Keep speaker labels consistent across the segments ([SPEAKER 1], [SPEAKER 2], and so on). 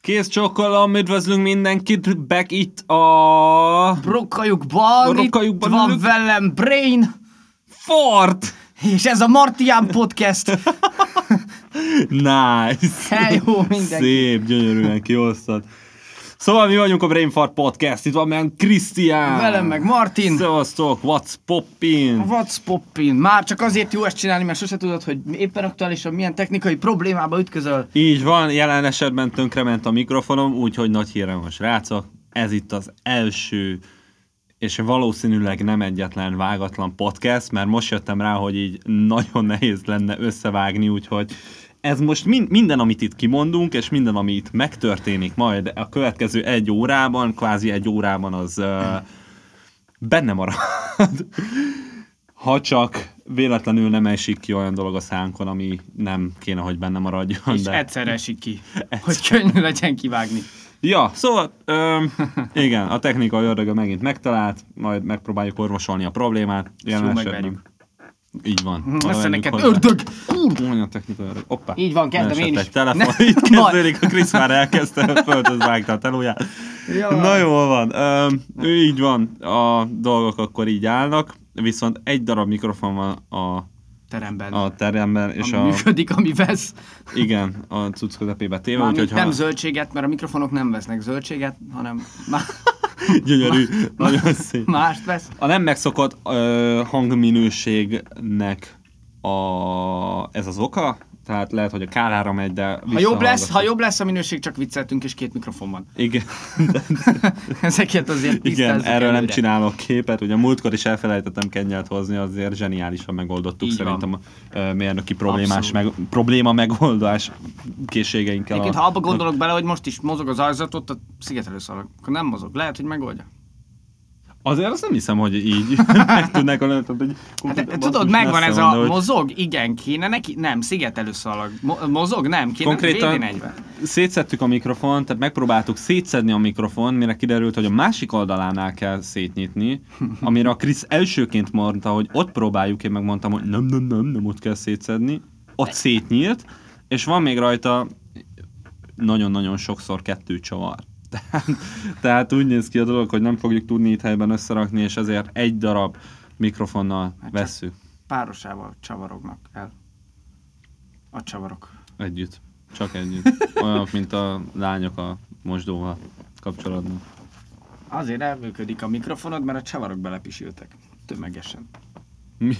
[SPEAKER 1] Kész csokkolom, üdvözlünk mindenkit, back itt a...
[SPEAKER 2] Rokkajukban,
[SPEAKER 1] Rokkajukban
[SPEAKER 2] itt van
[SPEAKER 1] ülünk.
[SPEAKER 2] velem Brain,
[SPEAKER 1] Fort!
[SPEAKER 2] és ez a Martian Podcast.
[SPEAKER 1] Nice!
[SPEAKER 2] Hely, jó, mindenki.
[SPEAKER 1] Szép, gyönyörűen kiosztad. Szóval mi vagyunk a Brain Fart Podcast, itt van velem Krisztián.
[SPEAKER 2] Velem meg Martin.
[SPEAKER 1] Szevasztok, what's poppin?
[SPEAKER 2] What's poppin? Már csak azért jó ezt csinálni, mert sose tudod, hogy éppen aktuálisan milyen technikai problémába ütközöl.
[SPEAKER 1] Így van, jelen esetben tönkrement a mikrofonom, úgyhogy nagy hírem van srácok. Ez itt az első és valószínűleg nem egyetlen vágatlan podcast, mert most jöttem rá, hogy így nagyon nehéz lenne összevágni, úgyhogy ez most min- minden, amit itt kimondunk, és minden, ami itt megtörténik majd a következő egy órában, kvázi egy órában, az uh, benne marad. Ha csak véletlenül nem esik ki olyan dolog a szánkon, ami nem kéne, hogy benne maradjon.
[SPEAKER 2] És egyszer esik ki, hogy könnyű legyen kivágni.
[SPEAKER 1] Ja, szóval öm, igen, a technika ördöge megint megtalált, majd megpróbáljuk orvosolni a problémát. Jelen
[SPEAKER 2] Szóval
[SPEAKER 1] esetben.
[SPEAKER 2] megverjük. Hm,
[SPEAKER 1] Így van.
[SPEAKER 2] Lesz
[SPEAKER 1] Oda
[SPEAKER 2] neked
[SPEAKER 1] hozzá.
[SPEAKER 2] ördög! Kurva!
[SPEAKER 1] Mondja a technika ördög. Oppá.
[SPEAKER 2] Így van, kezdem
[SPEAKER 1] Leesett
[SPEAKER 2] én is.
[SPEAKER 1] Egy telefon.
[SPEAKER 2] Ne-
[SPEAKER 1] Itt
[SPEAKER 2] Majd.
[SPEAKER 1] kezdődik, a Krisz már elkezdte, földhöz vágta a telóját.
[SPEAKER 2] Jaj.
[SPEAKER 1] Na jól van. Öm, így van, a dolgok akkor így állnak, viszont egy darab mikrofon van a,
[SPEAKER 2] Teremben.
[SPEAKER 1] a teremben, és
[SPEAKER 2] ami
[SPEAKER 1] a,
[SPEAKER 2] működik, ami vesz.
[SPEAKER 1] igen, a cucc közepébe téve,
[SPEAKER 2] Mármint
[SPEAKER 1] úgyhogy
[SPEAKER 2] nem
[SPEAKER 1] ha
[SPEAKER 2] zöldséget, mert a mikrofonok nem vesznek zöldséget, hanem má-
[SPEAKER 1] gyönyörű, nagyon szép.
[SPEAKER 2] mást vesz.
[SPEAKER 1] A nem megszokott ö, hangminőségnek a, ez az oka, tehát lehet, hogy a kárára megy, de
[SPEAKER 2] Ha jobb lesz, ha jobb lesz a minőség, csak vicceltünk, és két mikrofon van.
[SPEAKER 1] Igen,
[SPEAKER 2] Ezeket azért
[SPEAKER 1] igen
[SPEAKER 2] tisztázzuk
[SPEAKER 1] erről
[SPEAKER 2] előre.
[SPEAKER 1] nem csinálok képet, ugye múltkor is elfelejtettem kennyelt hozni, azért zseniálisan megoldottuk
[SPEAKER 2] Így van.
[SPEAKER 1] szerintem a ö, mérnöki problémás meg,
[SPEAKER 2] Abszolút.
[SPEAKER 1] probléma megoldás készségeinkkel.
[SPEAKER 2] Egyébként,
[SPEAKER 1] a-
[SPEAKER 2] ha abba gondolok bele, hogy most is mozog az ajzat, ott a szigetelő szalag, akkor nem mozog. Lehet, hogy megoldja.
[SPEAKER 1] Azért azt nem hiszem, hogy így meg tudnák, hanem, tehát, hogy
[SPEAKER 2] Hát,
[SPEAKER 1] basszus,
[SPEAKER 2] tudod, megvan
[SPEAKER 1] messze
[SPEAKER 2] ez
[SPEAKER 1] van, de
[SPEAKER 2] a
[SPEAKER 1] hogy-
[SPEAKER 2] mozog, igen, kéne neki, nem, szigetelő szalag. Mo- mozog, nem, kéne
[SPEAKER 1] Konkrétan
[SPEAKER 2] végén egyben.
[SPEAKER 1] szétszedtük a mikrofont, tehát megpróbáltuk szétszedni a mikrofon, mire kiderült, hogy a másik oldalánál kell szétnyitni, amire a Krisz elsőként mondta, hogy ott próbáljuk, én megmondtam, hogy nem, nem, nem, nem ott kell szétszedni. Ott szétnyílt, és van még rajta nagyon-nagyon sokszor kettő csavar. Tehát, tehát úgy néz ki a dolog, hogy nem fogjuk tudni itt helyben összerakni, és ezért egy darab mikrofonnal vesszük
[SPEAKER 2] Párosával csavarognak el. A csavarok.
[SPEAKER 1] együtt. Csak együtt. Olyanok, mint a lányok a mosdóval kapcsolatban.
[SPEAKER 2] Azért elműködik a mikrofonod, mert a csavarok belepisültek. Tömegesen.
[SPEAKER 1] Mi?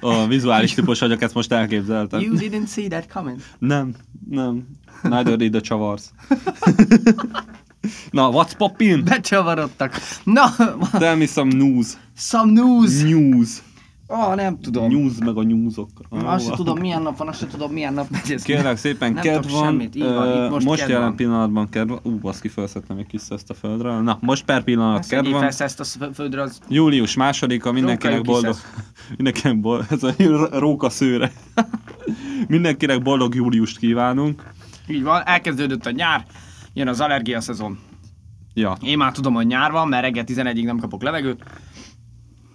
[SPEAKER 1] A vizuális típus vagyok, ezt most elképzeltem.
[SPEAKER 2] You didn't see that coming.
[SPEAKER 1] Nem, nem. Neither did a csavarsz. Na, what's poppin?
[SPEAKER 2] Becsavarodtak. Na,
[SPEAKER 1] Tell me some news.
[SPEAKER 2] some news.
[SPEAKER 1] News.
[SPEAKER 2] Ah, nem tudom.
[SPEAKER 1] News meg a newsok.
[SPEAKER 2] Azt se tudom, milyen nap van, azt se tudom, milyen nap megy ez.
[SPEAKER 1] Kérlek szépen,
[SPEAKER 2] Nem
[SPEAKER 1] kedv
[SPEAKER 2] tudok
[SPEAKER 1] van.
[SPEAKER 2] semmit, így van,
[SPEAKER 1] ö,
[SPEAKER 2] itt most
[SPEAKER 1] most
[SPEAKER 2] kedv
[SPEAKER 1] jelen
[SPEAKER 2] van.
[SPEAKER 1] pillanatban kedv van. Ú, baszki, felszettem egy kis ezt a földről. Na, most per pillanat
[SPEAKER 2] Ezt, hogy
[SPEAKER 1] kedv van.
[SPEAKER 2] felsz ezt a szö- földre, az
[SPEAKER 1] Július másodika, mindenkinek
[SPEAKER 2] Rókai
[SPEAKER 1] boldog...
[SPEAKER 2] kiszesz.
[SPEAKER 1] Mindenkinek boldog... Ez a róka szőre. mindenkinek boldog júliust kívánunk.
[SPEAKER 2] így van, elkezdődött a nyár, jön az allergia szezon.
[SPEAKER 1] Ja,
[SPEAKER 2] Én már tudom, hogy nyár van, mert reggel 11-ig nem kapok levegőt.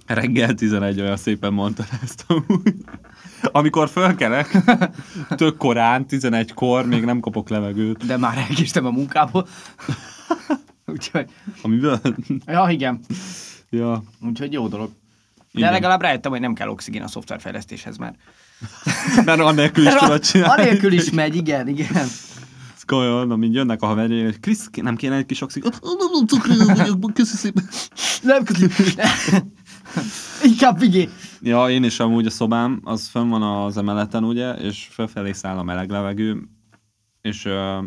[SPEAKER 1] reggel 11 olyan szépen mondta ezt amúgy. Amikor fölkelek, tök korán, 11-kor, még nem kapok levegőt.
[SPEAKER 2] de már elkéstem a munkából. Úgyhogy,
[SPEAKER 1] Amiből...
[SPEAKER 2] ja igen,
[SPEAKER 1] ja.
[SPEAKER 2] úgyhogy jó dolog. De
[SPEAKER 1] Igen.
[SPEAKER 2] legalább rájöttem, hogy nem kell oxigén a szoftverfejlesztéshez, mert...
[SPEAKER 1] Mert annélkül is tudod csinálni.
[SPEAKER 2] Anélkül is megy, igen, igen.
[SPEAKER 1] Ez Komolyan, amint jönnek a haverjaim, hogy Krisz, nem kéne egy kis oxig... Ott, ott,
[SPEAKER 2] Köszi szépen. Nem köszi. Inkább vigyél.
[SPEAKER 1] Ja, én is amúgy a szobám, az fönn van az emeleten, ugye, és felfelé száll a meleg levegő, és ö,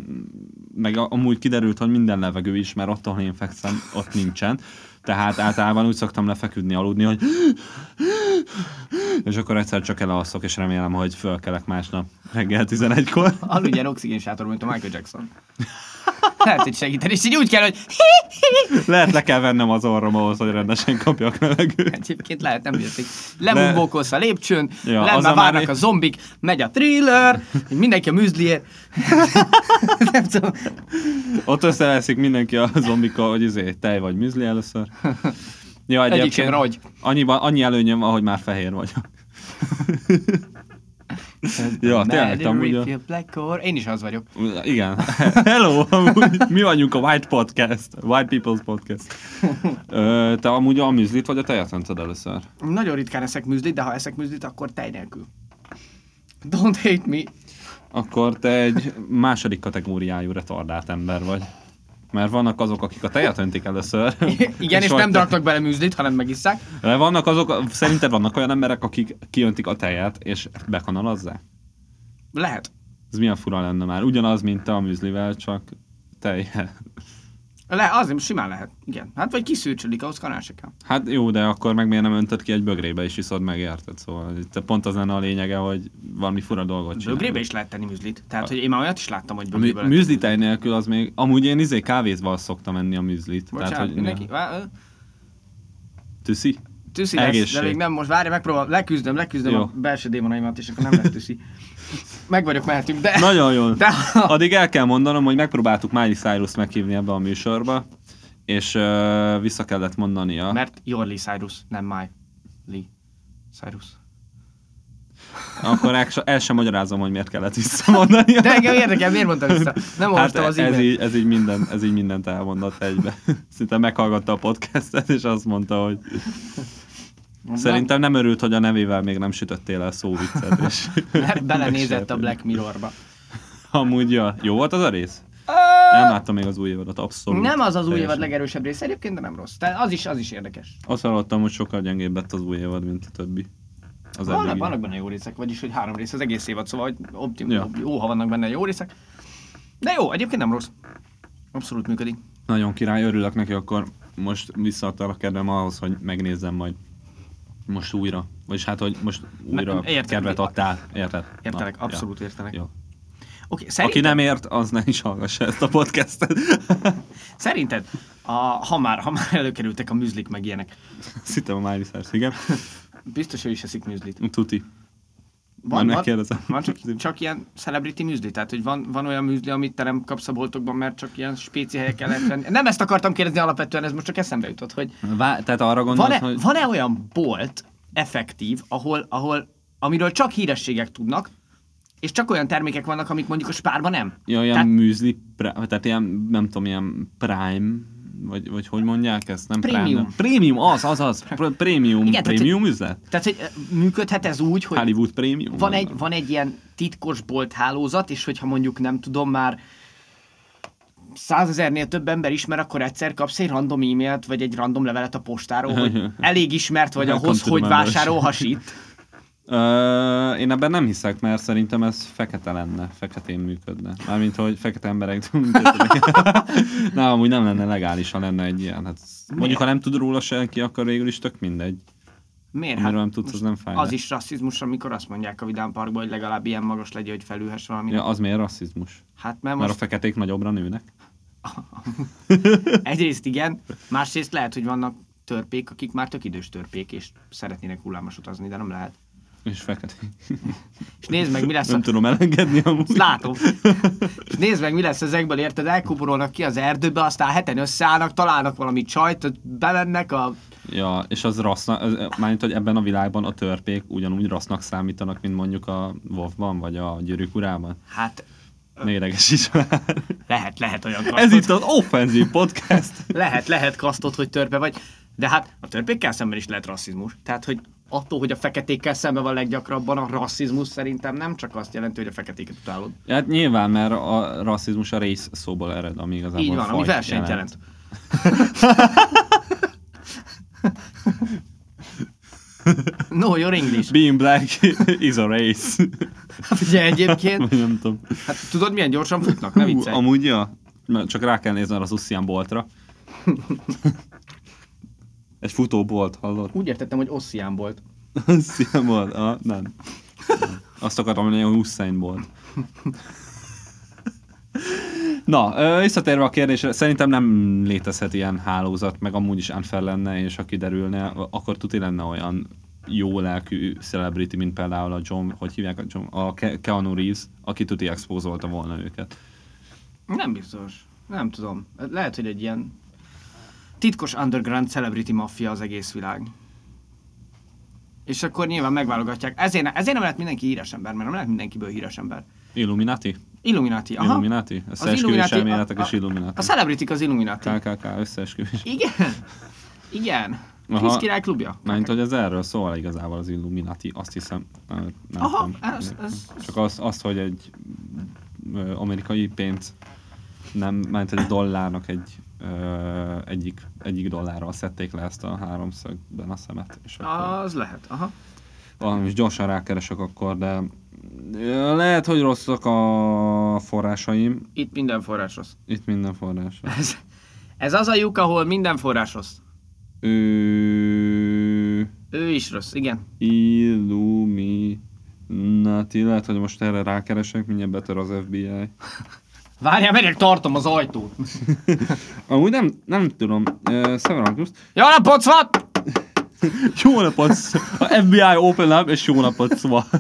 [SPEAKER 1] meg a- amúgy kiderült, hogy minden levegő is, mert ott, ahol én fekszem, ott nincsen. Tehát általában úgy szoktam lefeküdni, aludni, hogy és akkor egyszer csak elalszok, és remélem, hogy fölkelek másnap reggel 11-kor.
[SPEAKER 2] Aludjál oxigén sátor, mint a Michael Jackson. Lehet, hogy segíteni, és így úgy kell, hogy
[SPEAKER 1] Lehet le kell vennem az orrom ahhoz, hogy rendesen kapjak levegőt.
[SPEAKER 2] egyébként lehet, nem jötték. Lemumbókolsz a lépcsőn,
[SPEAKER 1] Ja,
[SPEAKER 2] ja,
[SPEAKER 1] az
[SPEAKER 2] lenne
[SPEAKER 1] a
[SPEAKER 2] várnak
[SPEAKER 1] már-
[SPEAKER 2] a zombik, megy a thriller, így mindenki a műzliért. nem tudom.
[SPEAKER 1] Ott összeveszik mindenki a zombika, hogy izé, tej vagy műzli először. Ja,
[SPEAKER 2] Egyik sem
[SPEAKER 1] egyébként
[SPEAKER 2] ragy.
[SPEAKER 1] annyi, annyi előnyöm, ahogy már fehér vagyok. Ja, tényleg, amúgy a-
[SPEAKER 2] Refill Black Core. Én is az vagyok.
[SPEAKER 1] Igen. Hello, amúgy mi vagyunk a White Podcast, White People's Podcast. Ö, te amúgy a műzlit vagy a tejet öntöd először?
[SPEAKER 2] Nagyon ritkán eszek műzlit, de ha eszek műzlit, akkor tej nélkül. Don't hate me.
[SPEAKER 1] Akkor te egy második kategóriájú retardált ember vagy. Mert vannak azok, akik a tejet öntik először.
[SPEAKER 2] Igen, és,
[SPEAKER 1] vagy
[SPEAKER 2] nem
[SPEAKER 1] te-
[SPEAKER 2] raknak bele műzlit, hanem megisszák.
[SPEAKER 1] De Vannak azok, szerinted vannak olyan emberek, akik kiöntik a tejet, és bekanalazzák?
[SPEAKER 2] Lehet.
[SPEAKER 1] Ez milyen fura lenne már. Ugyanaz, mint te a műzlivel, csak tejjel.
[SPEAKER 2] Le, az nem simán lehet. Igen. Hát vagy kiszűrcsölik, ahhoz kanál se kell.
[SPEAKER 1] Hát jó, de akkor meg miért nem öntöd ki egy bögrébe és iszod meg, érted? Szóval itt pont az lenne a lényege, hogy valami fura dolgot csinál.
[SPEAKER 2] Bögrébe is lehet tenni műzlit. Tehát, hogy én már olyat is láttam, hogy
[SPEAKER 1] Mű,
[SPEAKER 2] bögrébe lehet.
[SPEAKER 1] műzlitej nélkül az még... Amúgy én izé kávézval szoktam enni a műzlit.
[SPEAKER 2] Bocsánat,
[SPEAKER 1] tehát, hogy
[SPEAKER 2] mindenki.
[SPEAKER 1] ne-
[SPEAKER 2] Vá- ö,
[SPEAKER 1] Tüszi?
[SPEAKER 2] Tüszi lesz, de
[SPEAKER 1] Egészség.
[SPEAKER 2] még nem most. Várj, megpróbál. Leküzdöm, leküzdöm
[SPEAKER 1] Jó.
[SPEAKER 2] a belső démonaimat, és akkor nem lesz tüszi. Meg vagyok, mehetünk, de...
[SPEAKER 1] Nagyon jó.
[SPEAKER 2] De...
[SPEAKER 1] Addig el kell mondanom, hogy megpróbáltuk Miley Cyrus meghívni ebbe a műsorba, és ö, vissza kellett mondania.
[SPEAKER 2] Mert Jorli Cyrus, nem My Lee Cyrus.
[SPEAKER 1] Akkor el, el sem magyarázom, hogy miért kellett visszamondania.
[SPEAKER 2] De engem érdekel, miért mondta vissza? Nem olvastam az
[SPEAKER 1] Hát ez,
[SPEAKER 2] e-mailt.
[SPEAKER 1] így, ez, így minden, ez így mindent elmondott egybe. Szinte meghallgatta a podcastet, és azt mondta, hogy szerintem nem örült, hogy a nevével még nem sütöttél el szóviccet. És
[SPEAKER 2] Mert belenézett a Black Mirror-ba.
[SPEAKER 1] Amúgy, ja. Jó volt az a rész? Nem láttam még az új évadot, abszolút.
[SPEAKER 2] Nem az az új évad
[SPEAKER 1] Teljesen.
[SPEAKER 2] legerősebb része egyébként, de nem rossz. Tehát az is, az is érdekes.
[SPEAKER 1] Azt hallottam, hogy sokkal gyengébb lett az új évad, mint a többi. Az
[SPEAKER 2] Vannak,
[SPEAKER 1] eddigi.
[SPEAKER 2] vannak benne jó részek, vagyis hogy három rész az egész évad, szóval hogy optim,
[SPEAKER 1] Ja.
[SPEAKER 2] ja. jó, ha vannak benne jó részek. De jó, egyébként nem rossz. Abszolút működik.
[SPEAKER 1] Nagyon király, örülök neki, akkor most visszaadta a kedvem ahhoz, hogy megnézzem majd most újra. Vagyis hát, hogy most újra
[SPEAKER 2] értem.
[SPEAKER 1] kedvet adtál, érted?
[SPEAKER 2] Értelek,
[SPEAKER 1] Na,
[SPEAKER 2] abszolút értelek.
[SPEAKER 1] Ja. Jó.
[SPEAKER 2] Oké,
[SPEAKER 1] Aki
[SPEAKER 2] szerintem,
[SPEAKER 1] nem ért, az ne is hallgassa ezt a podcastet.
[SPEAKER 2] szerinted a, ha, már, ha már előkerültek a műzlik meg ilyenek,
[SPEAKER 1] Szinte a Miley Cyrus, igen.
[SPEAKER 2] biztos ő is eszik műzlit.
[SPEAKER 1] Tuti.
[SPEAKER 2] Van,
[SPEAKER 1] Majd
[SPEAKER 2] van,
[SPEAKER 1] megkérdezem.
[SPEAKER 2] van csak, csak ilyen celebrity műzli, tehát hogy van, van olyan műzli, amit te nem kapsz a boltokban, mert csak ilyen spéci helyeken lehet venni. Nem ezt akartam kérdezni alapvetően, ez most csak eszembe jutott, hogy
[SPEAKER 1] Vá- tehát arra gondolsz,
[SPEAKER 2] Van-e,
[SPEAKER 1] hogy...
[SPEAKER 2] van-e olyan bolt effektív, ahol, ahol, amiről csak hírességek tudnak, és csak olyan termékek vannak, amik mondjuk a spárban nem?
[SPEAKER 1] Ja, ilyen
[SPEAKER 2] Tehát
[SPEAKER 1] műzli, prá- tehát ilyen, nem tudom, ilyen prime, vagy, vagy hogy mondják ezt? Nem Prime,
[SPEAKER 2] Premium.
[SPEAKER 1] de- prémium, az, az, az. Pr- prémium,
[SPEAKER 2] Igen, tehát-
[SPEAKER 1] prémium üzlet?
[SPEAKER 2] Tehát, hogy ö, működhet ez úgy, hogy
[SPEAKER 1] Hollywood prémium?
[SPEAKER 2] van egy, van egy ilyen titkos bolt hálózat, és hogyha mondjuk nem tudom már százezernél több ember ismer, akkor egyszer kapsz egy random e-mailt, vagy egy random levelet a postáról, hogy elég ismert vagy
[SPEAKER 1] Welcome
[SPEAKER 2] ahhoz,
[SPEAKER 1] to the
[SPEAKER 2] hogy
[SPEAKER 1] members.
[SPEAKER 2] vásárolhass itt.
[SPEAKER 1] Ö, én ebben nem hiszek, mert szerintem ez fekete lenne, feketén működne. Mármint, hogy fekete emberek Nem, amúgy nem lenne legális, ha lenne egy ilyen. Hát, mondjuk, ha nem tud róla senki, akkor végül is tök mindegy.
[SPEAKER 2] Miért? Hát
[SPEAKER 1] Amiről nem tudsz, az nem fájnak.
[SPEAKER 2] Az is rasszizmus, amikor azt mondják a Vidám Parkban, hogy legalább ilyen magas legyen, hogy felülhess valami.
[SPEAKER 1] Ja, az miért rasszizmus?
[SPEAKER 2] Hát mert
[SPEAKER 1] Mert a
[SPEAKER 2] most
[SPEAKER 1] feketék nagyobbra nőnek.
[SPEAKER 2] egyrészt igen, másrészt lehet, hogy vannak törpék, akik már tök idős törpék, és szeretnének hullámos utazni, de nem lehet.
[SPEAKER 1] És feketék.
[SPEAKER 2] És nézd meg, mi lesz a...
[SPEAKER 1] Nem tudom elengedni amúgy.
[SPEAKER 2] Ezt látom. És nézd meg, mi lesz ezekből, érted? Elkuporolnak ki az erdőbe, aztán heten összeállnak, találnak valami csajt, bemennek a...
[SPEAKER 1] Ja, és az rassznak, az, mármint, hogy ebben a világban a törpék ugyanúgy rassznak számítanak, mint mondjuk a Wolfban, vagy a Gyűrűk urában.
[SPEAKER 2] Hát
[SPEAKER 1] Ne idegesíts már.
[SPEAKER 2] lehet, lehet olyan kasztot.
[SPEAKER 1] Ez itt az offenzív podcast.
[SPEAKER 2] Lehet, lehet kasztot, hogy törpe vagy. De hát a törpékkel szemben is lehet rasszizmus. Tehát, hogy attól, hogy a feketékkel szemben van leggyakrabban a rasszizmus, szerintem nem csak azt jelenti, hogy a feketéket utálod.
[SPEAKER 1] Hát nyilván, mert a rasszizmus a rész szóból ered, ami igazából
[SPEAKER 2] Így van, ami
[SPEAKER 1] fajt
[SPEAKER 2] versenyt jelent. No, your English.
[SPEAKER 1] Being black is a race.
[SPEAKER 2] Hát Ugye egyébként,
[SPEAKER 1] Vagy nem tudom.
[SPEAKER 2] hát tudod milyen gyorsan futnak, ne
[SPEAKER 1] Hú,
[SPEAKER 2] viccelj.
[SPEAKER 1] amúgy, ja. Mert Csak rá kell nézni az Ossian boltra. Egy futóbolt, hallod?
[SPEAKER 2] Úgy értettem, hogy Ossian volt.
[SPEAKER 1] Ossian bolt, ah, nem. Azt akartam mondani, hogy Hussein bolt. Na, ö, visszatérve a kérdésre, szerintem nem létezhet ilyen hálózat, meg amúgy is unfair lenne, és ha kiderülne, akkor tuti lenne olyan jó lelkű celebrity, mint például a John, hogy hívják a John, a Ke- Keanu Reeves, aki tuti expózolta volna őket.
[SPEAKER 2] Nem biztos. Nem tudom. Lehet, hogy egy ilyen titkos underground celebrity maffia az egész világ. És akkor nyilván megválogatják. Ezért, ezért nem lehet mindenki híres ember, mert nem lehet mindenkiből híres ember.
[SPEAKER 1] Illuminati?
[SPEAKER 2] Illuminati, aha.
[SPEAKER 1] Illuminati? Összeesküvés elméletek és Illuminati.
[SPEAKER 2] A celebritik az Illuminati.
[SPEAKER 1] KKK összeesküvés.
[SPEAKER 2] Igen. Igen.
[SPEAKER 1] Aha.
[SPEAKER 2] Kis király klubja.
[SPEAKER 1] Mert hogy ez erről szól igazából az Illuminati, azt hiszem. Nem, nem
[SPEAKER 2] Aha,
[SPEAKER 1] tudom.
[SPEAKER 2] ez- ez-
[SPEAKER 1] Csak az, az, hogy egy ö, amerikai pénz nem ment egy dollárnak egy ö, egyik, egyik dollárral szedték le ezt a háromszögben a szemet. És akkor
[SPEAKER 2] Az lehet, aha.
[SPEAKER 1] valami is gyorsan rákeresek akkor, de ö, lehet, hogy rosszak a forrásaim.
[SPEAKER 2] Itt minden forrás rossz.
[SPEAKER 1] Itt minden forrás.
[SPEAKER 2] Ez, ez az a lyuk, ahol minden forrás rossz.
[SPEAKER 1] Ő...
[SPEAKER 2] Ő is rossz, igen.
[SPEAKER 1] Illuminati. Lehet, hogy most erre rákeresek, mindjárt betör az FBI.
[SPEAKER 2] Várjál, megyek, tartom az ajtót.
[SPEAKER 1] Amúgy nem, nem tudom. Uh, Severantus.
[SPEAKER 2] Jó napot, SWAT!
[SPEAKER 1] Jó napot! sz- A FBI open up, és jó napot SWAT.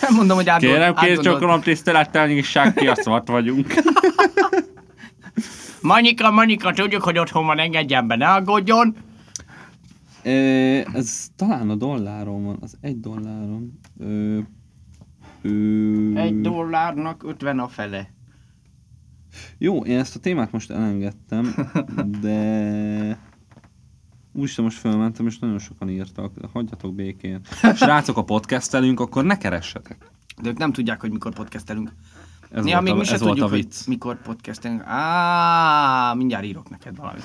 [SPEAKER 2] Nem mondom, hogy átgond,
[SPEAKER 1] Kérem, kész
[SPEAKER 2] átgondolt.
[SPEAKER 1] csokolom, tisztelettel nyisság ki, a SWAT vagyunk.
[SPEAKER 2] Manyika, Manyika, tudjuk, hogy otthon van, engedjen be, ne aggódjon.
[SPEAKER 1] Ö, ez talán a dolláron van, az egy dolláron. Ö, ö,
[SPEAKER 2] Egy dollárnak 50 a fele.
[SPEAKER 1] Jó, én ezt a témát most elengedtem, de... Úristen, most felmentem, és nagyon sokan írtak. Hagyjatok békén. Srácok, a podcastelünk, akkor ne keressetek.
[SPEAKER 2] De ők nem tudják, hogy mikor podcastelünk.
[SPEAKER 1] Ez
[SPEAKER 2] Néha
[SPEAKER 1] volt
[SPEAKER 2] még
[SPEAKER 1] a,
[SPEAKER 2] mi se
[SPEAKER 1] ez volt a
[SPEAKER 2] tudjuk, hogy
[SPEAKER 1] vicc.
[SPEAKER 2] mikor podcastelünk. Á, mindjárt írok neked valamit.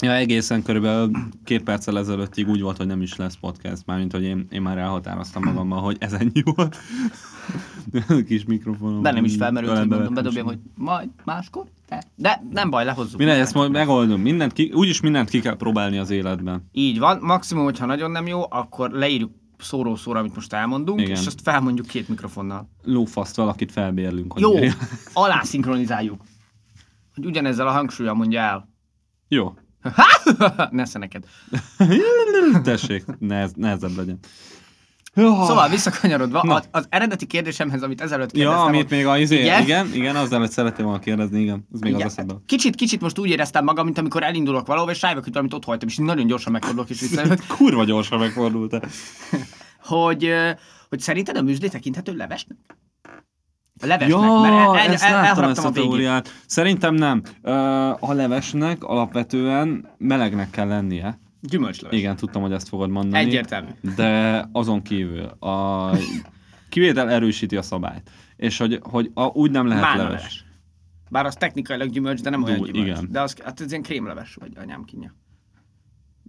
[SPEAKER 1] Ja, egészen körülbelül két perccel ezelőttig úgy volt, hogy nem is lesz podcast, mármint, hogy én, én már elhatároztam magammal, hogy ez ennyi volt. Kis mikrofonom.
[SPEAKER 2] Bennem is felmerült, hogy
[SPEAKER 1] ölembe
[SPEAKER 2] mondom,
[SPEAKER 1] vettem,
[SPEAKER 2] bedobjam,
[SPEAKER 1] és-
[SPEAKER 2] hogy majd máskor. De, de nem baj, lehozzuk.
[SPEAKER 1] Mindegy, ezt majd megoldom. Mindent ki, úgyis mindent ki kell próbálni az életben.
[SPEAKER 2] Így van, maximum, hogyha nagyon nem jó, akkor leírjuk szóró szóra, amit most elmondunk,
[SPEAKER 1] Igen.
[SPEAKER 2] Igen. és azt felmondjuk két mikrofonnal.
[SPEAKER 1] Lófaszt valakit felbérlünk. hogy
[SPEAKER 2] Jó,
[SPEAKER 1] írja.
[SPEAKER 2] alá szinkronizáljuk. Hogy ugyanezzel a hangsúlyjal mondja el.
[SPEAKER 1] Jó.
[SPEAKER 2] Nesze neked.
[SPEAKER 1] Tessék, nehez, nehezebb legyen. Ah.
[SPEAKER 2] Szóval visszakanyarodva, az, az eredeti kérdésemhez, amit ezelőtt kérdeztem,
[SPEAKER 1] Ja, amit
[SPEAKER 2] hogy-
[SPEAKER 1] még a izé, igen,
[SPEAKER 2] Igen?
[SPEAKER 1] igen, igen azzal, hogy szeretném volna kérdezni, igen, ez még igen. az
[SPEAKER 2] Igen.
[SPEAKER 1] eszembe.
[SPEAKER 2] Kicsit, kicsit most úgy éreztem magam, mint amikor elindulok valahol, és rájövök, hogy valamit ott hagytam, és nagyon gyorsan megfordulok, és visszajövök,
[SPEAKER 1] Hát Kurva gyorsan megfordultál.
[SPEAKER 2] hogy, ö, hogy szerinted a müzsli tekinthető levesnek? A levesnek,
[SPEAKER 1] Ja,
[SPEAKER 2] mert el, el,
[SPEAKER 1] ezt
[SPEAKER 2] el,
[SPEAKER 1] láttam
[SPEAKER 2] elharaptam
[SPEAKER 1] ezt a,
[SPEAKER 2] a végét.
[SPEAKER 1] teóriát. Szerintem nem. Ö, a levesnek alapvetően melegnek kell lennie.
[SPEAKER 2] Gyümölcsleves.
[SPEAKER 1] Igen, tudtam, hogy ezt fogod mondani.
[SPEAKER 2] Egyértelmű.
[SPEAKER 1] De azon kívül a kivétel erősíti a szabályt. És hogy, hogy a, úgy nem lehet
[SPEAKER 2] Málna
[SPEAKER 1] leves.
[SPEAKER 2] leves. Bár az technikailag gyümölcs, de nem olyan
[SPEAKER 1] Dú-
[SPEAKER 2] gyümölcs.
[SPEAKER 1] igen.
[SPEAKER 2] De az, hát ez ilyen krémleves, vagy anyám kínja.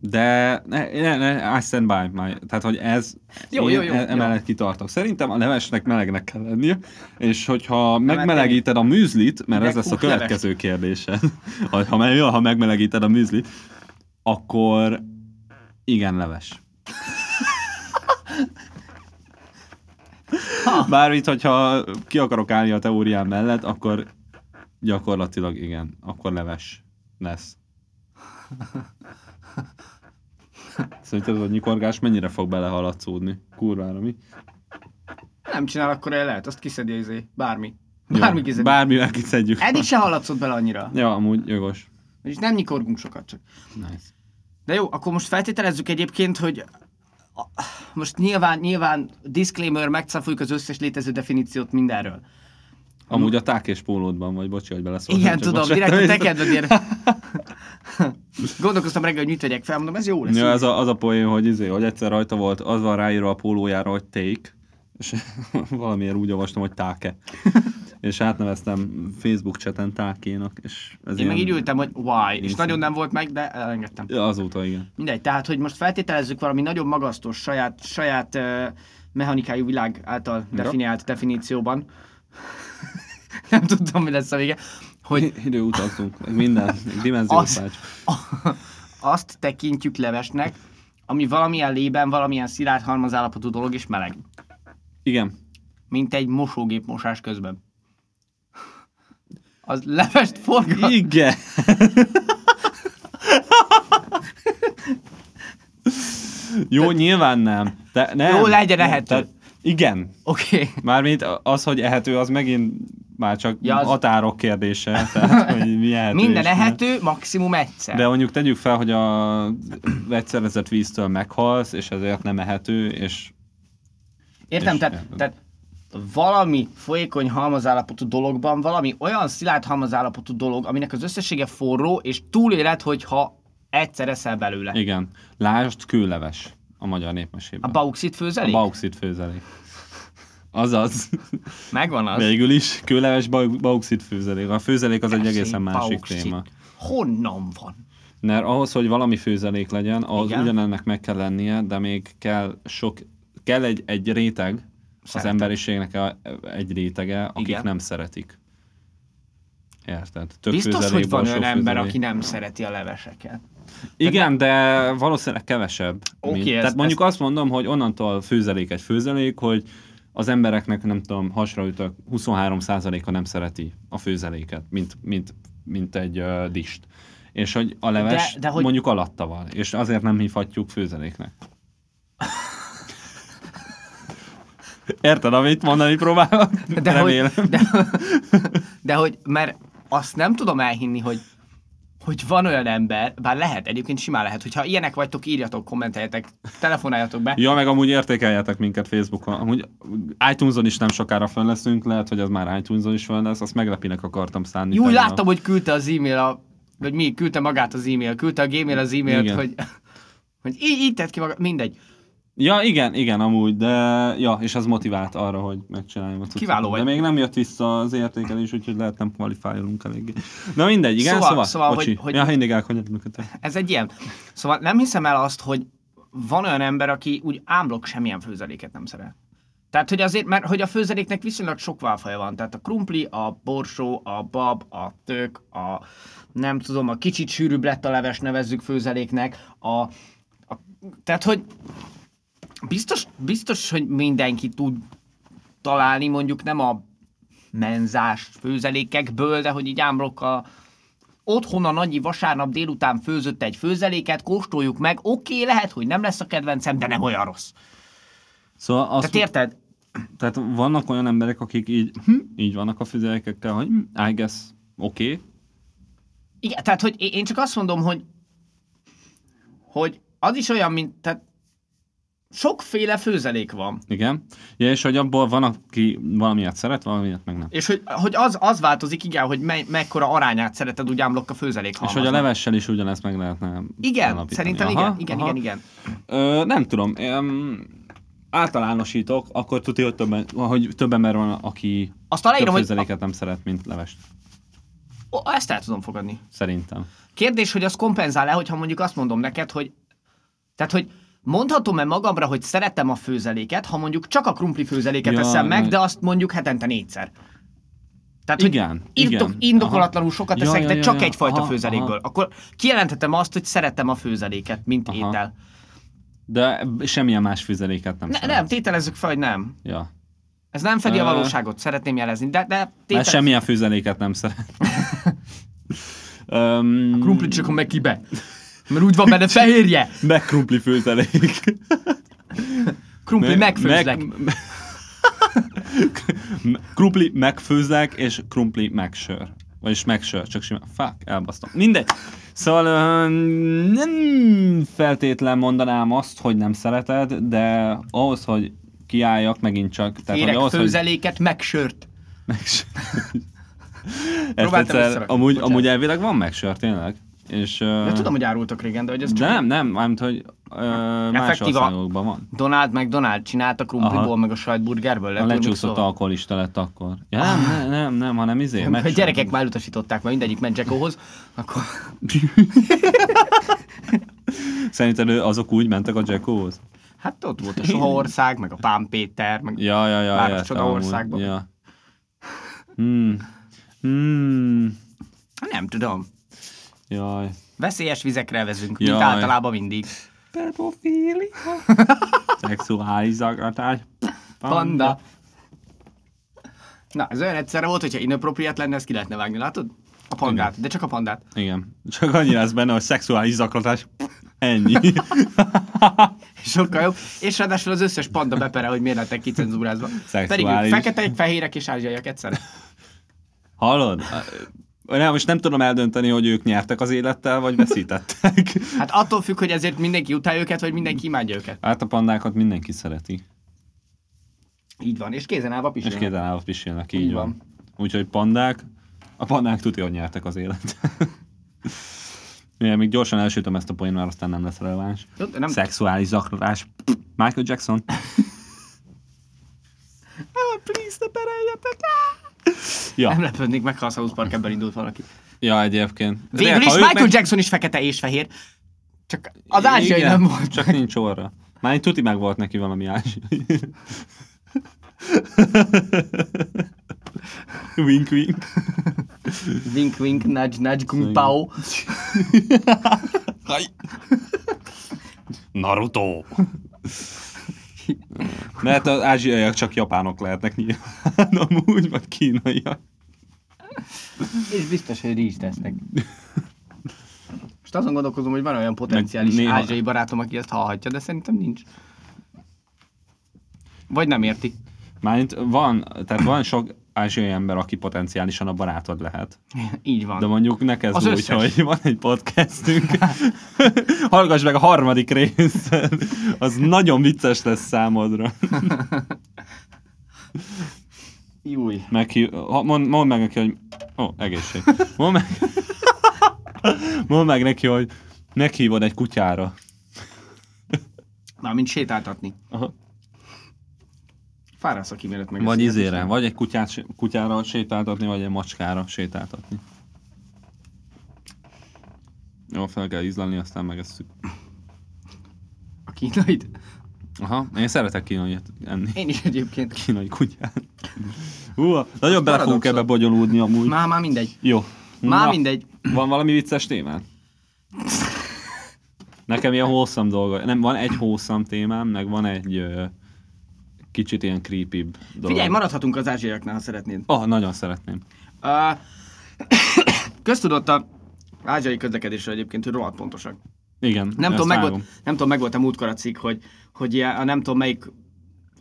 [SPEAKER 1] De ne, ne, ne, I stand by my, tehát hogy ez,
[SPEAKER 2] Jó,
[SPEAKER 1] én
[SPEAKER 2] jó, jó,
[SPEAKER 1] e-
[SPEAKER 2] jó.
[SPEAKER 1] emellett kitartok. Szerintem a levesnek melegnek kell lennie, és hogyha
[SPEAKER 2] hát
[SPEAKER 1] megmelegíted a műzlit, mert
[SPEAKER 2] De
[SPEAKER 1] ez lesz a
[SPEAKER 2] kuk leves.
[SPEAKER 1] következő kérdése, ha, ha, meg- ha megmelegíted a műzlit, akkor igen, leves. Bármit, hogyha ki akarok állni a teóriám mellett, akkor gyakorlatilag igen, akkor leves lesz. Szerinted az a nyikorgás mennyire fog belehaladszódni? Kurvára mi?
[SPEAKER 2] Nem csinál, akkor el lehet, azt kiszedi izé. Bármi. Bármi kiszedi. Bár...
[SPEAKER 1] Bármivel kiszedjük.
[SPEAKER 2] Eddig se hallatszott bele annyira.
[SPEAKER 1] Ja, amúgy jogos.
[SPEAKER 2] És nem nyikorgunk sokat csak.
[SPEAKER 1] Nice.
[SPEAKER 2] De jó, akkor most feltételezzük egyébként, hogy a- most nyilván, nyilván disclaimer, megcáfoljuk az összes létező definíciót mindenről.
[SPEAKER 1] Amúgy a ták és pólódban vagy, bocsi, hogy beleszóltam.
[SPEAKER 2] Igen,
[SPEAKER 1] csak
[SPEAKER 2] tudom,
[SPEAKER 1] most
[SPEAKER 2] direkt a
[SPEAKER 1] vettem észre.
[SPEAKER 2] te kedved ér- Gondolkoztam reggel, hogy mit vegyek fel, mondom, ez jó lesz.
[SPEAKER 1] Ja, az a, az a poén, hogy, izé, hogy egyszer rajta volt, az van ráírva a pólójára, hogy take, és valamiért úgy olvastam, hogy táke. és átneveztem Facebook chaten tákénak, és ez
[SPEAKER 2] Én
[SPEAKER 1] ilyen-
[SPEAKER 2] meg így ültem, hogy why, és
[SPEAKER 1] Instant.
[SPEAKER 2] nagyon nem volt meg, de elengedtem.
[SPEAKER 1] Ja, Azóta igen.
[SPEAKER 2] Mindegy, tehát, hogy most feltételezzük valami nagyon magasztos, saját, saját uh, mechanikájú világ által definiált definícióban. nem tudtam, mi lesz a vége. Hogy
[SPEAKER 1] Hi- Idő utazunk, meg minden, meg dimenziós
[SPEAKER 2] az,
[SPEAKER 1] vágy.
[SPEAKER 2] a- azt tekintjük levesnek, ami valamilyen lében, valamilyen szilárd halmazállapotú dolog és meleg.
[SPEAKER 1] Igen.
[SPEAKER 2] Mint egy mosógép mosás közben. Az levest forgat.
[SPEAKER 1] Igen. Jó, nyilván nem. Te, nem.
[SPEAKER 2] Jó, legyen
[SPEAKER 1] Nem,
[SPEAKER 2] ehető.
[SPEAKER 1] tehát- igen.
[SPEAKER 2] Oké. Okay.
[SPEAKER 1] Mármint az, hogy ehető, az megint már csak
[SPEAKER 2] Ja,
[SPEAKER 1] ja,
[SPEAKER 2] az-
[SPEAKER 1] az... határok kérdése, tehát hogy mi lehető
[SPEAKER 2] Minden
[SPEAKER 1] és mi nem.
[SPEAKER 2] ehető, maximum egyszer.
[SPEAKER 1] De mondjuk tegyük fel, hogy a vegyszerezett víztől meghalsz, és ezért nem ehető, és
[SPEAKER 2] Értem,
[SPEAKER 1] És-
[SPEAKER 2] tehát, tehát valami folyékony halmazállapotú dologban, valami olyan szilárd halmazállapotú dolog, aminek az összessége forró, és túléled, hogyha egyszer eszel belőle.
[SPEAKER 1] igen, lásd kőleves a magyar
[SPEAKER 2] A
[SPEAKER 1] népmesében.
[SPEAKER 2] bauxit
[SPEAKER 1] a
[SPEAKER 2] főzelék?
[SPEAKER 1] bauxit főzelék. Azaz,
[SPEAKER 2] Megvan az?
[SPEAKER 1] végül is, kőleves bau- bauxit főzelék. A főzelék az egy
[SPEAKER 2] Persze,
[SPEAKER 1] egészen másik
[SPEAKER 2] bauxit.
[SPEAKER 1] téma.
[SPEAKER 2] Honnan van?
[SPEAKER 1] Mert ahhoz, hogy valami főzelék legyen, ahhoz
[SPEAKER 2] Igen.
[SPEAKER 1] Igen. ugyanennek meg kell lennie, de még kell sok, kell egy, egy réteg, az
[SPEAKER 2] Szeretem.
[SPEAKER 1] emberiségnek a, egy rétege, akik
[SPEAKER 2] Igen.
[SPEAKER 1] Igen. nem szeretik. Érted? Tök
[SPEAKER 2] Biztos, hogy
[SPEAKER 1] főzelékből
[SPEAKER 2] van
[SPEAKER 1] sok
[SPEAKER 2] olyan ember,
[SPEAKER 1] főzelék.
[SPEAKER 2] aki nem szereti a leveseket.
[SPEAKER 1] Igen, de valószínűleg kevesebb.
[SPEAKER 2] Oké,
[SPEAKER 1] mint-
[SPEAKER 2] ez-
[SPEAKER 1] Tehát mondjuk azt mondom, hogy onnantól főzelék egy főzelék, hogy az embereknek, nem tudom, hasra ütök, 23%-a nem szereti a főzeléket, mint, mint, mint egy uh, dist. És hogy a leves
[SPEAKER 2] De-
[SPEAKER 1] de,
[SPEAKER 2] de
[SPEAKER 1] de
[SPEAKER 2] hogy-
[SPEAKER 1] hogy... mondjuk alatta van, és azért nem hívhatjuk főzeléknek. Érted, amit mondani próbálok?
[SPEAKER 2] De
[SPEAKER 1] Remélem.
[SPEAKER 2] hogy, de, de hogy, mert azt nem tudom elhinni, hogy hogy van olyan ember, bár lehet, egyébként simán lehet, hogyha ilyenek vagytok, írjatok, kommenteljetek, telefonáljatok be.
[SPEAKER 1] Ja, meg amúgy értékeljetek minket Facebookon. Amúgy iTunes-on is nem sokára fönn leszünk, lehet, hogy az már iTunes-on is fönn lesz, azt meglepinek akartam szánni.
[SPEAKER 2] Jó,
[SPEAKER 1] tegnap.
[SPEAKER 2] láttam, hogy küldte az e-mail, a, vagy mi, küldte magát az e-mail, küldte a gmail az e-mailt,
[SPEAKER 1] Igen.
[SPEAKER 2] hogy, hogy így, így tett ki magát, mindegy.
[SPEAKER 1] Ja, igen, igen, amúgy, de ja, és az motivált arra, hogy megcsináljam a cuccot.
[SPEAKER 2] Kiváló vagy.
[SPEAKER 1] De még nem jött vissza az értékelés, úgyhogy lehet nem kvalifikálunk eléggé. Na mindegy, igen,
[SPEAKER 2] Szóval-
[SPEAKER 1] szóval,
[SPEAKER 2] szóval,
[SPEAKER 1] Bocsi.
[SPEAKER 2] hogy- hogy-
[SPEAKER 1] Ja, mindig elkonyodnak a te.
[SPEAKER 2] Ez egy ilyen. Szóval nem hiszem el azt, hogy van olyan ember, aki úgy ámblok semmilyen főzeléket nem szeret. Tehát, hogy azért, mert hogy a főzeléknek viszonylag sok válfaja van. Tehát a krumpli, a borsó, a bab, a tök, a nem tudom, a kicsit sűrűbb lett a leves, nevezzük főzeléknek. A, a, tehát, hogy biztos, biztos, hogy mindenki tud találni mondjuk nem a menzás főzelékekből, de hogy így ámblok a, otthon a nagyi vasárnap délután főzött egy főzeléket, kóstoljuk meg, oké, okay, lehet, hogy nem lesz a kedvencem, de nem olyan rossz.
[SPEAKER 1] Szóval azt,
[SPEAKER 2] Tehát érted?
[SPEAKER 1] tehát vannak olyan emberek, akik így, hm, így vannak a füzelekekkel, hogy hm, I guess, oké. Okay.
[SPEAKER 2] Igen, tehát hogy én én csak azt mondom, hogy hogy az is olyan, mint tehát sokféle főzelék van.
[SPEAKER 1] Igen. Ja, és hogy abból van, aki valamilyet szeret, valamilyet meg nem.
[SPEAKER 2] És hogy, hogy az, az változik, igen, hogy me, mekkora arányát szereted úgy ámlok a főzelék
[SPEAKER 1] És hogy a
[SPEAKER 2] halmaznak.
[SPEAKER 1] levessel is ugyanezt meg lehetne
[SPEAKER 2] Igen,
[SPEAKER 1] állapítani.
[SPEAKER 2] szerintem
[SPEAKER 1] Aha,
[SPEAKER 2] igen, igen,
[SPEAKER 1] aha.
[SPEAKER 2] igen, igen.
[SPEAKER 1] Ö, nem tudom, em, általánosítok, akkor tudja, hogy több, hogy több ember van, aki
[SPEAKER 2] Azt
[SPEAKER 1] több
[SPEAKER 2] aláírom, hogy
[SPEAKER 1] főzeléket nem szeret, mint levest.
[SPEAKER 2] Ó, ezt el tudom fogadni.
[SPEAKER 1] Szerintem.
[SPEAKER 2] Kérdés, hogy az kompenzál-e, hogyha mondjuk azt mondom neked, hogy... Tehát, hogy mondhatom-e magamra, hogy szeretem a főzeléket, ha mondjuk csak a krumpli főzeléket ja,
[SPEAKER 1] Ja,
[SPEAKER 2] eszem meg,
[SPEAKER 1] ja.
[SPEAKER 2] de azt mondjuk hetente négyszer. Tehát,
[SPEAKER 1] Igen,
[SPEAKER 2] hogy irtok,
[SPEAKER 1] igen.
[SPEAKER 2] indokolatlanul
[SPEAKER 1] Aha.
[SPEAKER 2] sokat
[SPEAKER 1] Ja,
[SPEAKER 2] eszek,
[SPEAKER 1] ja,
[SPEAKER 2] de
[SPEAKER 1] ja,
[SPEAKER 2] csak
[SPEAKER 1] ja.
[SPEAKER 2] egyfajta
[SPEAKER 1] Aha,
[SPEAKER 2] főzelékből.
[SPEAKER 1] aha.
[SPEAKER 2] Akkor kijelenthetem azt, hogy szeretem a főzeléket, mint
[SPEAKER 1] Aha.
[SPEAKER 2] étel.
[SPEAKER 1] De semmilyen más főzeléket nem
[SPEAKER 2] Ne,
[SPEAKER 1] szeret.
[SPEAKER 2] nem, tételezzük fel, hogy nem.
[SPEAKER 1] Ja.
[SPEAKER 2] Ez nem fedi a
[SPEAKER 1] Ö.
[SPEAKER 2] valóságot, szeretném jelezni, de, de
[SPEAKER 1] Már
[SPEAKER 2] tételez...
[SPEAKER 1] semmilyen főzeléket nem szeret. um,
[SPEAKER 2] Krumplit csak a meg kibe. Mert úgy van benne fehérje.
[SPEAKER 1] meg krumpli főzelék.
[SPEAKER 2] Krumpli megfőzlek.
[SPEAKER 1] Meg, meg, krumpli megfőzlek, és krumpli megsör. Vagyis megsör, csak simán. Fuck, elbasztam. Mindegy. Szóval ö, nem feltétlen mondanám azt, hogy nem szereted, de ahhoz, hogy kiálljak megint csak. Tehát,
[SPEAKER 2] Érek
[SPEAKER 1] hogy hát ahhoz, hogy
[SPEAKER 2] főzeléket, meg sört.
[SPEAKER 1] megsör. Ezt
[SPEAKER 2] Próbáltam
[SPEAKER 1] egyszer,
[SPEAKER 2] összerakni,
[SPEAKER 1] amúgy,
[SPEAKER 2] bocsánat.
[SPEAKER 1] amúgy elvileg van megsör, tényleg. És, ö,
[SPEAKER 2] De tudom, hogy árultak régen, de hogy ez csak
[SPEAKER 1] de nem, nem, mármint, hogy ö, más
[SPEAKER 2] Effektíva.
[SPEAKER 1] országokban van.
[SPEAKER 2] Donald meg Donald csinált a krumpliból,
[SPEAKER 1] Aha.
[SPEAKER 2] meg a sajtburgerből.
[SPEAKER 1] A
[SPEAKER 2] lett
[SPEAKER 1] lecsúszott
[SPEAKER 2] tudni,
[SPEAKER 1] alkoholista lett akkor. Ja, nem, nem, nem, nem, hanem izé.
[SPEAKER 2] szóval. A
[SPEAKER 1] megsör.
[SPEAKER 2] Ah. gyerekek már utasították, mert mindegyik ment Jackóhoz, akkor
[SPEAKER 1] Szerinted ő- azok úgy mentek a Jackóhoz?
[SPEAKER 2] hát ott volt a Soha ország, meg a Pán Péter, meg
[SPEAKER 1] Ja, ja, ja.
[SPEAKER 2] Város
[SPEAKER 1] értem,
[SPEAKER 2] csoda
[SPEAKER 1] amúgy.
[SPEAKER 2] országban.
[SPEAKER 1] Ja. Hmm. Hmm.
[SPEAKER 2] nem tudom.
[SPEAKER 1] Jaj.
[SPEAKER 2] Veszélyes vizekre vezünk, mint
[SPEAKER 1] Jaj.
[SPEAKER 2] általában mindig.
[SPEAKER 1] Pedofili. Szexuális zaklatás.
[SPEAKER 2] Panda. Na, ez olyan egyszerre volt, hogyha inappropriát lenne, ezt ki lehetne vágni, látod? A pandát, de csak a pandát.
[SPEAKER 1] Igen. Csak annyi lesz benne, hogy szexuális zaklatás. Ennyi.
[SPEAKER 2] Sokkal jobb. És ráadásul az összes panda bepere, hogy miért lettek kicenzúrázva. Pedig ők
[SPEAKER 1] Szexuális.
[SPEAKER 2] feketek, fehérek és ázsiaiak egyszerre.
[SPEAKER 1] Hallod? Nem, most nem tudom eldönteni, hogy ők nyertek az élettel, vagy veszítettek.
[SPEAKER 2] Hát attól függ, hogy ezért mindenki utálja őket, vagy mindenki imádja őket.
[SPEAKER 1] Hát a pandákat mindenki szereti.
[SPEAKER 2] Így van, és kézen állva
[SPEAKER 1] És
[SPEAKER 2] pisilnek.
[SPEAKER 1] két állap pisilnek, így,
[SPEAKER 2] Így
[SPEAKER 1] van.
[SPEAKER 2] van.
[SPEAKER 1] Úgyhogy pandák, a pandák tudja, hogy nyertek az élet. Mivel még gyorsan elsütöm ezt a poén, mert aztán nem lesz releváns.
[SPEAKER 2] Jó, de Nem,
[SPEAKER 1] Szexuális zaklatás. Michael Jackson. Ah, please, ne pereljetek! Ah!
[SPEAKER 2] nem
[SPEAKER 1] Ja,
[SPEAKER 2] lepődnék meg, ha a South Park ebben indult valaki.
[SPEAKER 1] ja egyébként. De
[SPEAKER 2] Végül
[SPEAKER 1] hát, ha
[SPEAKER 2] is
[SPEAKER 1] ők
[SPEAKER 2] Michael
[SPEAKER 1] meg-
[SPEAKER 2] Jackson is fekete és fehér. Csak az ázsiai nem volt.
[SPEAKER 1] Csak nincs orra. Már egy tuti meg volt neki valami ázsiai. wink, wink.
[SPEAKER 2] Wink, wink, nudge, nudge, kung pao.
[SPEAKER 1] Naruto. Mert az ázsiaiak csak japánok lehetnek nyilván, amúgy, vagy kínaiak.
[SPEAKER 2] És biztos, hogy rizs tesznek. Most azon gondolkozom, hogy van olyan potenciális
[SPEAKER 1] néha-
[SPEAKER 2] ázsiai barátom, aki ezt hallhatja, de szerintem nincs. Vagy nem érti.
[SPEAKER 1] Mármint van, tehát van sok ázsiai ember, aki potenciálisan a barátod lehet.
[SPEAKER 2] Így van.
[SPEAKER 1] De mondjuk ne kezd
[SPEAKER 2] Az
[SPEAKER 1] úgy,
[SPEAKER 2] összes.
[SPEAKER 1] hogy van egy podcastünk. Hallgass meg a harmadik részt. Az nagyon vicces lesz számodra.
[SPEAKER 2] Júj.
[SPEAKER 1] Meghív... Ha, mond, mondd meg neki, hogy... Ó, oh, egészség. Mondd meg... mondd meg neki, hogy meghívod egy kutyára.
[SPEAKER 2] Mármint sétáltatni.
[SPEAKER 1] Aha.
[SPEAKER 2] Fárasz, aki mielőtt meg.
[SPEAKER 1] Vagy izére, vagy egy kutyát, sé- kutyára sétáltatni, vagy egy macskára sétáltatni. Jó, fel kell izlalni, aztán megesszük.
[SPEAKER 2] A kínait.
[SPEAKER 1] Aha, én szeretek kínaiat enni.
[SPEAKER 2] Én is egyébként.
[SPEAKER 1] Kínai kutyát. Húha, nagyon bele fogunk
[SPEAKER 2] paradoxon.
[SPEAKER 1] ebbe bonyolódni amúgy.
[SPEAKER 2] Már, már mindegy.
[SPEAKER 1] Jó.
[SPEAKER 2] Már
[SPEAKER 1] Na,
[SPEAKER 2] mindegy.
[SPEAKER 1] Van valami vicces témád? Nekem ilyen hosszam dolga. Nem, van egy hosszam témám, meg van egy ö, kicsit ilyen creepy dolog.
[SPEAKER 2] Figyelj, maradhatunk az ázsiaiaknál, ha szeretnéd.
[SPEAKER 1] Oh, nagyon szeretném.
[SPEAKER 2] Uh, köztudott a ázsiai közlekedésről egyébként, hogy rohadt pontosak.
[SPEAKER 1] Igen,
[SPEAKER 2] Nem
[SPEAKER 1] ezt
[SPEAKER 2] tudom, meg volt,
[SPEAKER 1] vágom.
[SPEAKER 2] nem tudom, meg volt a múltkor a cikk, hogy, hogy ilyen, a nem tudom melyik,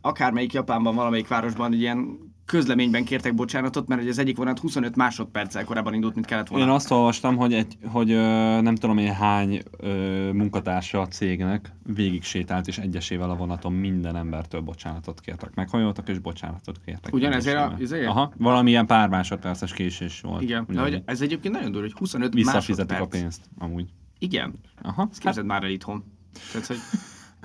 [SPEAKER 2] akármelyik Japánban, valamelyik városban egy ilyen közleményben kértek bocsánatot, mert hogy az egyik vonat 25 másodperccel korábban indult, mint kellett volna.
[SPEAKER 1] Én azt olvastam, hogy, egy, hogy ö, nem tudom én hány ö, munkatársa a cégnek végig sétált, és egyesével a vonaton minden embertől bocsánatot kértek. Meghajoltak, és bocsánatot kértek.
[SPEAKER 2] Ugyanezért a-
[SPEAKER 1] egyesével.
[SPEAKER 2] izéért?
[SPEAKER 1] Aha, valamilyen pár másodperces késés volt.
[SPEAKER 2] Igen, de
[SPEAKER 1] Ugyanúgy.
[SPEAKER 2] hogy ez egyébként nagyon durva, hogy 25
[SPEAKER 1] Visszafizetik a
[SPEAKER 2] másodperc.
[SPEAKER 1] pénzt, amúgy.
[SPEAKER 2] Igen,
[SPEAKER 1] Aha. Hát,
[SPEAKER 2] ezt képzeld már el itthon. Tehát, hogy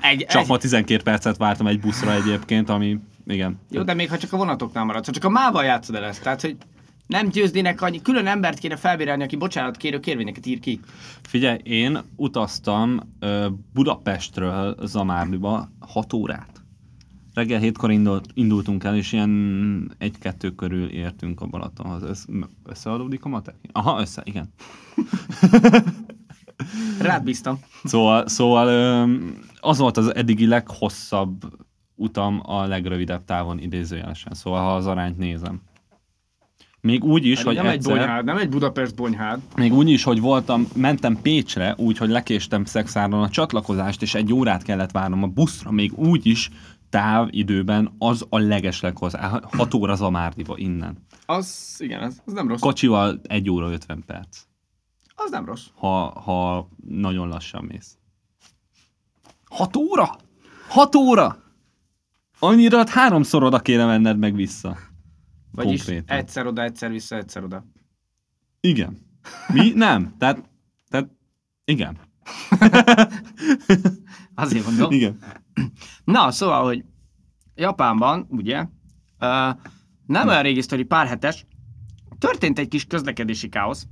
[SPEAKER 2] egy,
[SPEAKER 1] Csak
[SPEAKER 2] egy,
[SPEAKER 1] ma 12 percet vártam egy buszra egyébként, ami igen.
[SPEAKER 2] Jó, de még ha csak a vonatoknál maradsz, ha csak a mával játszod el ezt, tehát hogy nem győznének annyi, külön embert kéne felbírálni, aki bocsánat kérő kérvényeket ír ki.
[SPEAKER 1] Figyelj, én utaztam ö, Budapestről Zamárliba 6 órát. Reggel hétkor indult, indultunk el, és ilyen egy-kettő körül értünk a Balatonhoz. Össz, összeadódik a matek? Aha, össze, igen.
[SPEAKER 2] Rád bíztam.
[SPEAKER 1] Szóval, szóval ö, az volt az eddigi leghosszabb utam a legrövidebb távon idézőjelesen. Szóval, ha az arányt nézem. Még úgy is, hogy
[SPEAKER 2] Hát, nem egy
[SPEAKER 1] egyszer...
[SPEAKER 2] bonyhád, nem egy Budapest bonyhád.
[SPEAKER 1] Még úgy is, hogy voltam, mentem Pécsre, úgyhogy lekéstem szexáron a csatlakozást, és egy órát kellett várnom a buszra, még úgy is távidőben az a legesleg hozzá. 6 óra Zamárdiba innen.
[SPEAKER 2] Az, igen, az, az nem rossz.
[SPEAKER 1] Kocsival 1 óra 50 perc,
[SPEAKER 2] az nem rossz.
[SPEAKER 1] ha, ha nagyon lassan mész. 6 óra? 6 óra? Annyira hát háromszor oda kéne menned meg vissza.
[SPEAKER 2] Vagyis
[SPEAKER 1] Konkrétan.
[SPEAKER 2] egyszer oda, egyszer vissza, egyszer oda.
[SPEAKER 1] Igen. Mi? Nem. Tehát, tehát igen.
[SPEAKER 2] Azért mondom.
[SPEAKER 1] Igen.
[SPEAKER 2] Na, szóval, hogy Japánban, ugye, uh,
[SPEAKER 1] Hm.
[SPEAKER 2] nem olyan régi sztori, pár hetes, történt egy kis közlekedési káosz,